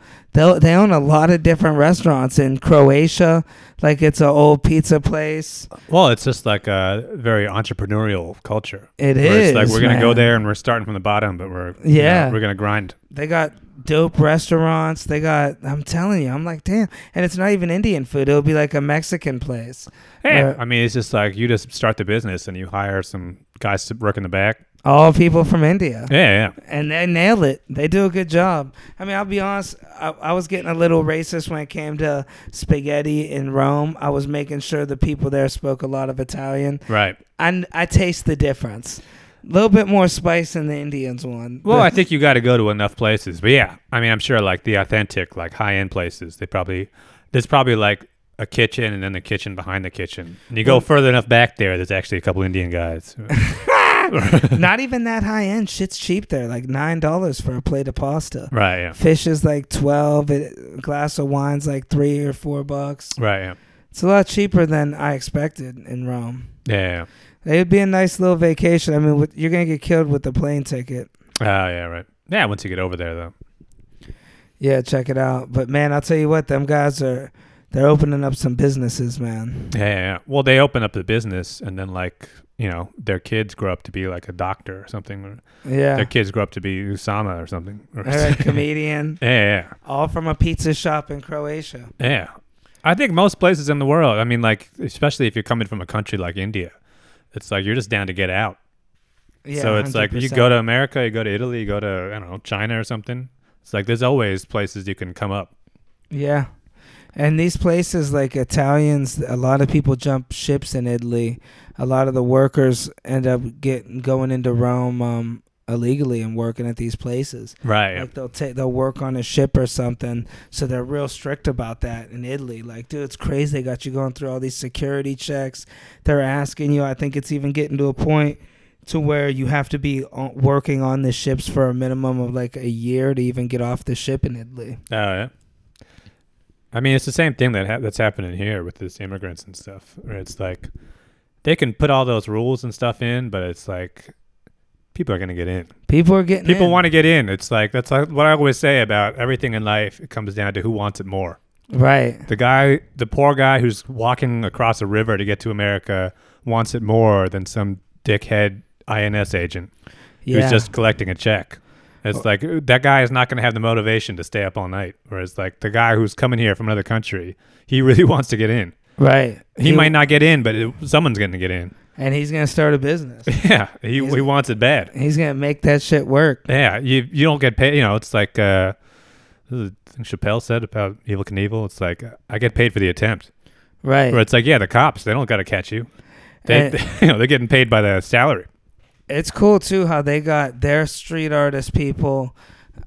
S2: they'll they own a lot of different restaurants in Croatia. Like it's an old pizza place.
S1: Well, it's just like a very entrepreneurial culture.
S2: It
S1: where
S2: is.
S1: It's like we're gonna go
S2: man.
S1: there and we're starting from the bottom, but we're you know,
S2: Yeah.
S1: we're gonna grind.
S2: They got dope restaurants. They got. I'm telling you, I'm like, damn. And it's not even Indian food. It'll be like a Mexican place.
S1: Yeah.
S2: Where
S1: I mean, it's just like you just start the business and you hire some guys to work in the back.
S2: all people from India.
S1: Yeah, yeah.
S2: and they nail it. They do a good job. I mean, I'll be honest. I, I was getting a little racist when it came to spaghetti in Rome. I was making sure the people there spoke a lot of Italian.
S1: Right.
S2: I I taste the difference. A little bit more spice in the Indians one.
S1: Well, I
S2: But-
S1: think you got to go to enough places. But yeah, I mean, I'm sure like the authentic, like high end places, they probably, there's probably like a kitchen and then the kitchen behind the kitchen. And you go
S2: Well-
S1: further enough back there, there's actually a couple Indian guys.
S2: not even that high end. Shit's cheap there, like nine dollars for a plate of pasta.
S1: right. Yeah.
S2: Fish is like twelve. It, a glass of wine's like three or four bucks.
S1: Right. Yeah.
S2: It's a lot cheaper than I expected in Rome.
S1: Yeah.
S2: It would be a nice little vacation. I mean, with, you're gonna get killed with the plane ticket.
S1: Oh, yeah. Right. Yeah. Once you get over there, though.
S2: Yeah, check it out. But man, I'll tell you what, them guys are they're opening up some businesses, man.
S1: Yeah, yeah. yeah. Well, they open up the business and then like, you know, their kids grow up to be like a doctor or something. Or
S2: Yeah.
S1: Their kids grow up to be Usama or something. Or
S2: All right, comedian,
S1: Yeah, yeah.
S2: all from a pizza shop in Croatia.
S1: Yeah. I think most places in the world, I mean, like, especially if you're coming from a country like India, it's like you're just down to get out.
S2: Yeah.
S1: so it's like you go
S2: 100%.
S1: to America, you go to Italy, you go to, I don't know, China or something. It's like there's always places you can come up.
S2: Yeah. And these places like Italians, a lot of people jump ships in Italy. A lot of the workers end up getting going into Rome. Um illegally and working at these places.
S1: Right.
S2: Like they'll take they'll work on a ship or something, so they're real strict about that in Italy. Like, dude, it's crazy. They got you going through all these security checks. They're asking you. I think it's even getting to a point to where you have to be o- working on the ships for a minimum of like a year to even get off the ship in Italy.
S1: Oh, yeah. I mean, it's the same thing that ha- that's happening here with this immigrants and stuff. Where it's like they can put all those rules and stuff in, but it's like people are gonna get in.
S2: People are getting
S1: People
S2: in.
S1: want to get in. It's like that's like what I always say about everything in life. It comes down to who wants it more.
S2: right.
S1: The guy, the poor guy who's walking across a river to get to America, wants it more than some dickhead INS agent
S2: Yeah. Oh.
S1: who's just collecting a check. It's like that guy is not going to have the motivation to stay up all night. Whereas, like the guy who's coming here from another country, he really wants to get in.
S2: right.
S1: He, might not get in, but it, someone's going to get in.
S2: and he's gonna start a business.
S1: Yeah, he,
S2: He's-
S1: he wants it bad.
S2: he's gonna make that shit work.
S1: Yeah, you you don't get paid. You know, it's like uh, this is the thing Chappelle said about Evil Knievel. It's like I get paid for the attempt.
S2: Right.
S1: Where it's like, yeah, the cops they don't got to catch you. They,
S2: And-
S1: you know, they're getting paid by the salary.
S2: it's cool too how they got their street artist people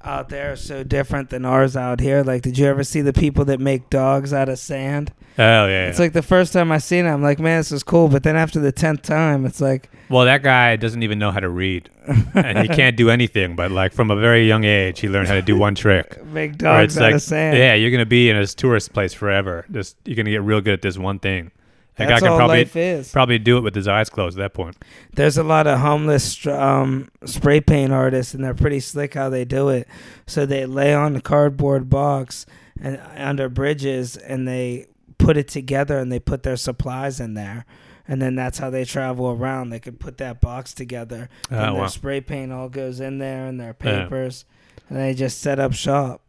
S2: out there so different than ours out here. Like, did you ever see the people that make dogs out of sand?
S1: Oh yeah.
S2: It's like the first time I seen it, I'm like, man, this is cool. But then after the tenth time, it's like,
S1: Well, that guy doesn't even know how to read, and he can't do anything. But like from a very young age, he learned how to do one trick.
S2: make
S1: Where it's
S2: dogs out
S1: like,
S2: of sand.
S1: yeah, you're gonna be in a tourist place forever. Just you're gonna get real good at this one thing. That
S2: that's
S1: guy can
S2: all
S1: probably
S2: life is.
S1: probably do it with his eyes closed at that point.
S2: There's a lot of homeless str- um, spray paint artists, and they're pretty slick how they do it. So they lay on the cardboard box and under bridges, and they put it together, and they put their supplies in there, and then that's how they travel around. They could put that box together, and
S1: Oh,
S2: their
S1: wow.
S2: spray paint all goes in there, and their
S1: Yeah.
S2: papers, and they just set up shop.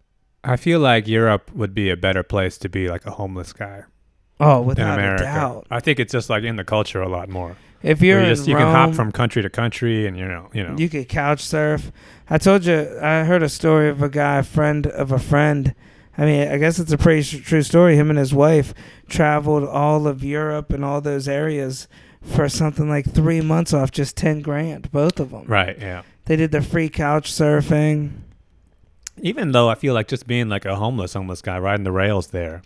S1: I feel like Europe would be a better place to be like a homeless guy
S2: Oh,
S1: than
S2: without a
S1: America.
S2: doubt.
S1: I think it's just like in the culture a lot more.
S2: If you're
S1: Where you just
S2: in
S1: you
S2: Rome,
S1: can hop from country to country, and you know, you know,
S2: You could couch surf. I told you, I heard a story of a guy, a friend of a friend. I mean, I guess it's a pretty s- true story. Him and his wife traveled all of Europe and all those areas for something like three months off just 10 grand, both of them.
S1: right? Yeah.
S2: They did the free couch surfing.
S1: Even though I feel like just being like a homeless homeless guy riding the rails there,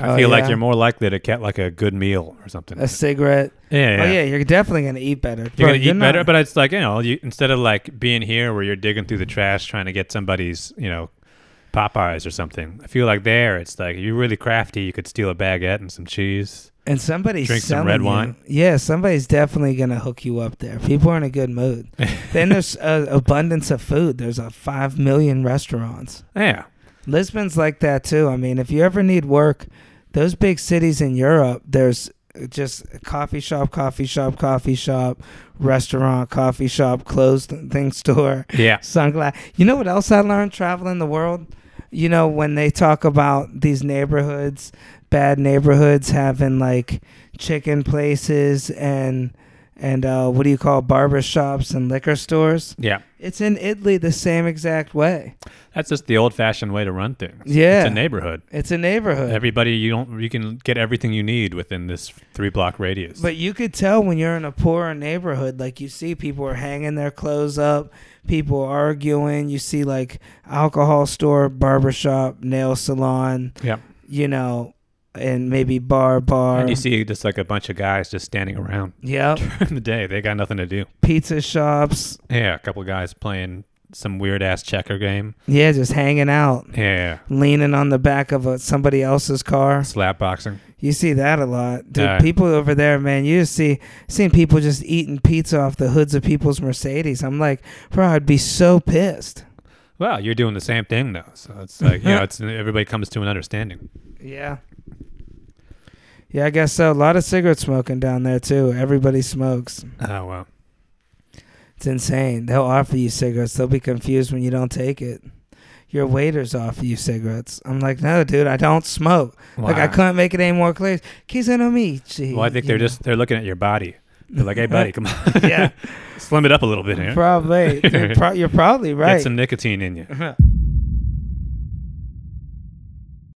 S1: I
S2: Oh,
S1: feel like
S2: yeah.
S1: you're more likely to get like a good meal or something.
S2: A cigarette.
S1: yeah, yeah.
S2: Oh, yeah, you're definitely going to eat better.
S1: You're
S2: Bro,
S1: gonna eat
S2: you're
S1: better,
S2: not-
S1: but it's like you know, you instead of like being here where you're digging through the trash trying to get somebody's you know Popeyes or something. I feel like there it's like if you're really crafty, you could steal a baguette and some cheese.
S2: And somebody's
S1: Drink some
S2: selling
S1: red
S2: you-
S1: wine.
S2: Yeah, somebody's definitely gonna hook you up there. People are in a good mood. then there's a abundance of food. There's a five million restaurants.
S1: Yeah,
S2: Lisbon's like that too. I mean, if you ever need work, those big cities in Europe, there's just coffee shop, coffee shop, coffee shop, restaurant, coffee shop, clothes thing store
S1: yeah.
S2: sunglass. You know what else I learned traveling the world? You know when they talk about these neighborhoods, bad neighborhoods having like chicken places and and uh, what do you call it, barber shops and liquor stores?
S1: Yeah,
S2: It's in Italy the same exact way.
S1: that's just the old-fashioned way to run things.
S2: Yeah.
S1: it's a neighborhood.
S2: It's a neighborhood.
S1: Everybody, you don't, you can get everything you need within this three-block radius.
S2: But you could tell when you're in a poorer neighborhood, like you see people are hanging their clothes up, people are arguing. You see like alcohol store, barbershop, nail salon.
S1: Yeah.
S2: You know, and maybe bar, bar.
S1: and you see just like a bunch of guys just standing around
S2: yep.
S1: during the day. They got nothing to do.
S2: Pizza shops.
S1: Yeah, a couple guys playing some weird ass checker game.
S2: Yeah, just hanging out,
S1: Yeah,
S2: leaning on the back of a, somebody else's car.
S1: slap boxing.
S2: You see that a lot, dude.
S1: Yeah.
S2: People over there, man. You just see seeing people just eating pizza off the hoods of people's Mercedes. I'm like, bro, I'd be so pissed.
S1: Well, you're doing the same thing though, so it's like you know, it's everybody comes to an understanding.
S2: Yeah. Yeah, I guess so. A lot of cigarette smoking down there too. Everybody smokes.
S1: Oh well,
S2: It's insane. They'll offer you cigarettes. They'll be confused when you don't take it. Your waiters offer you cigarettes. I'm like, no, dude, I don't smoke. Like I
S1: Wow.
S2: couldn't make it any more clear. Che sono amici.
S1: Well, I think
S2: you
S1: they're
S2: know?
S1: just they're looking at your body. They're like, hey, buddy, come on,
S2: yeah,
S1: slim it up a little bit here.
S2: probably. You're, pro- you're probably
S1: Get
S2: right.
S1: some nicotine in you.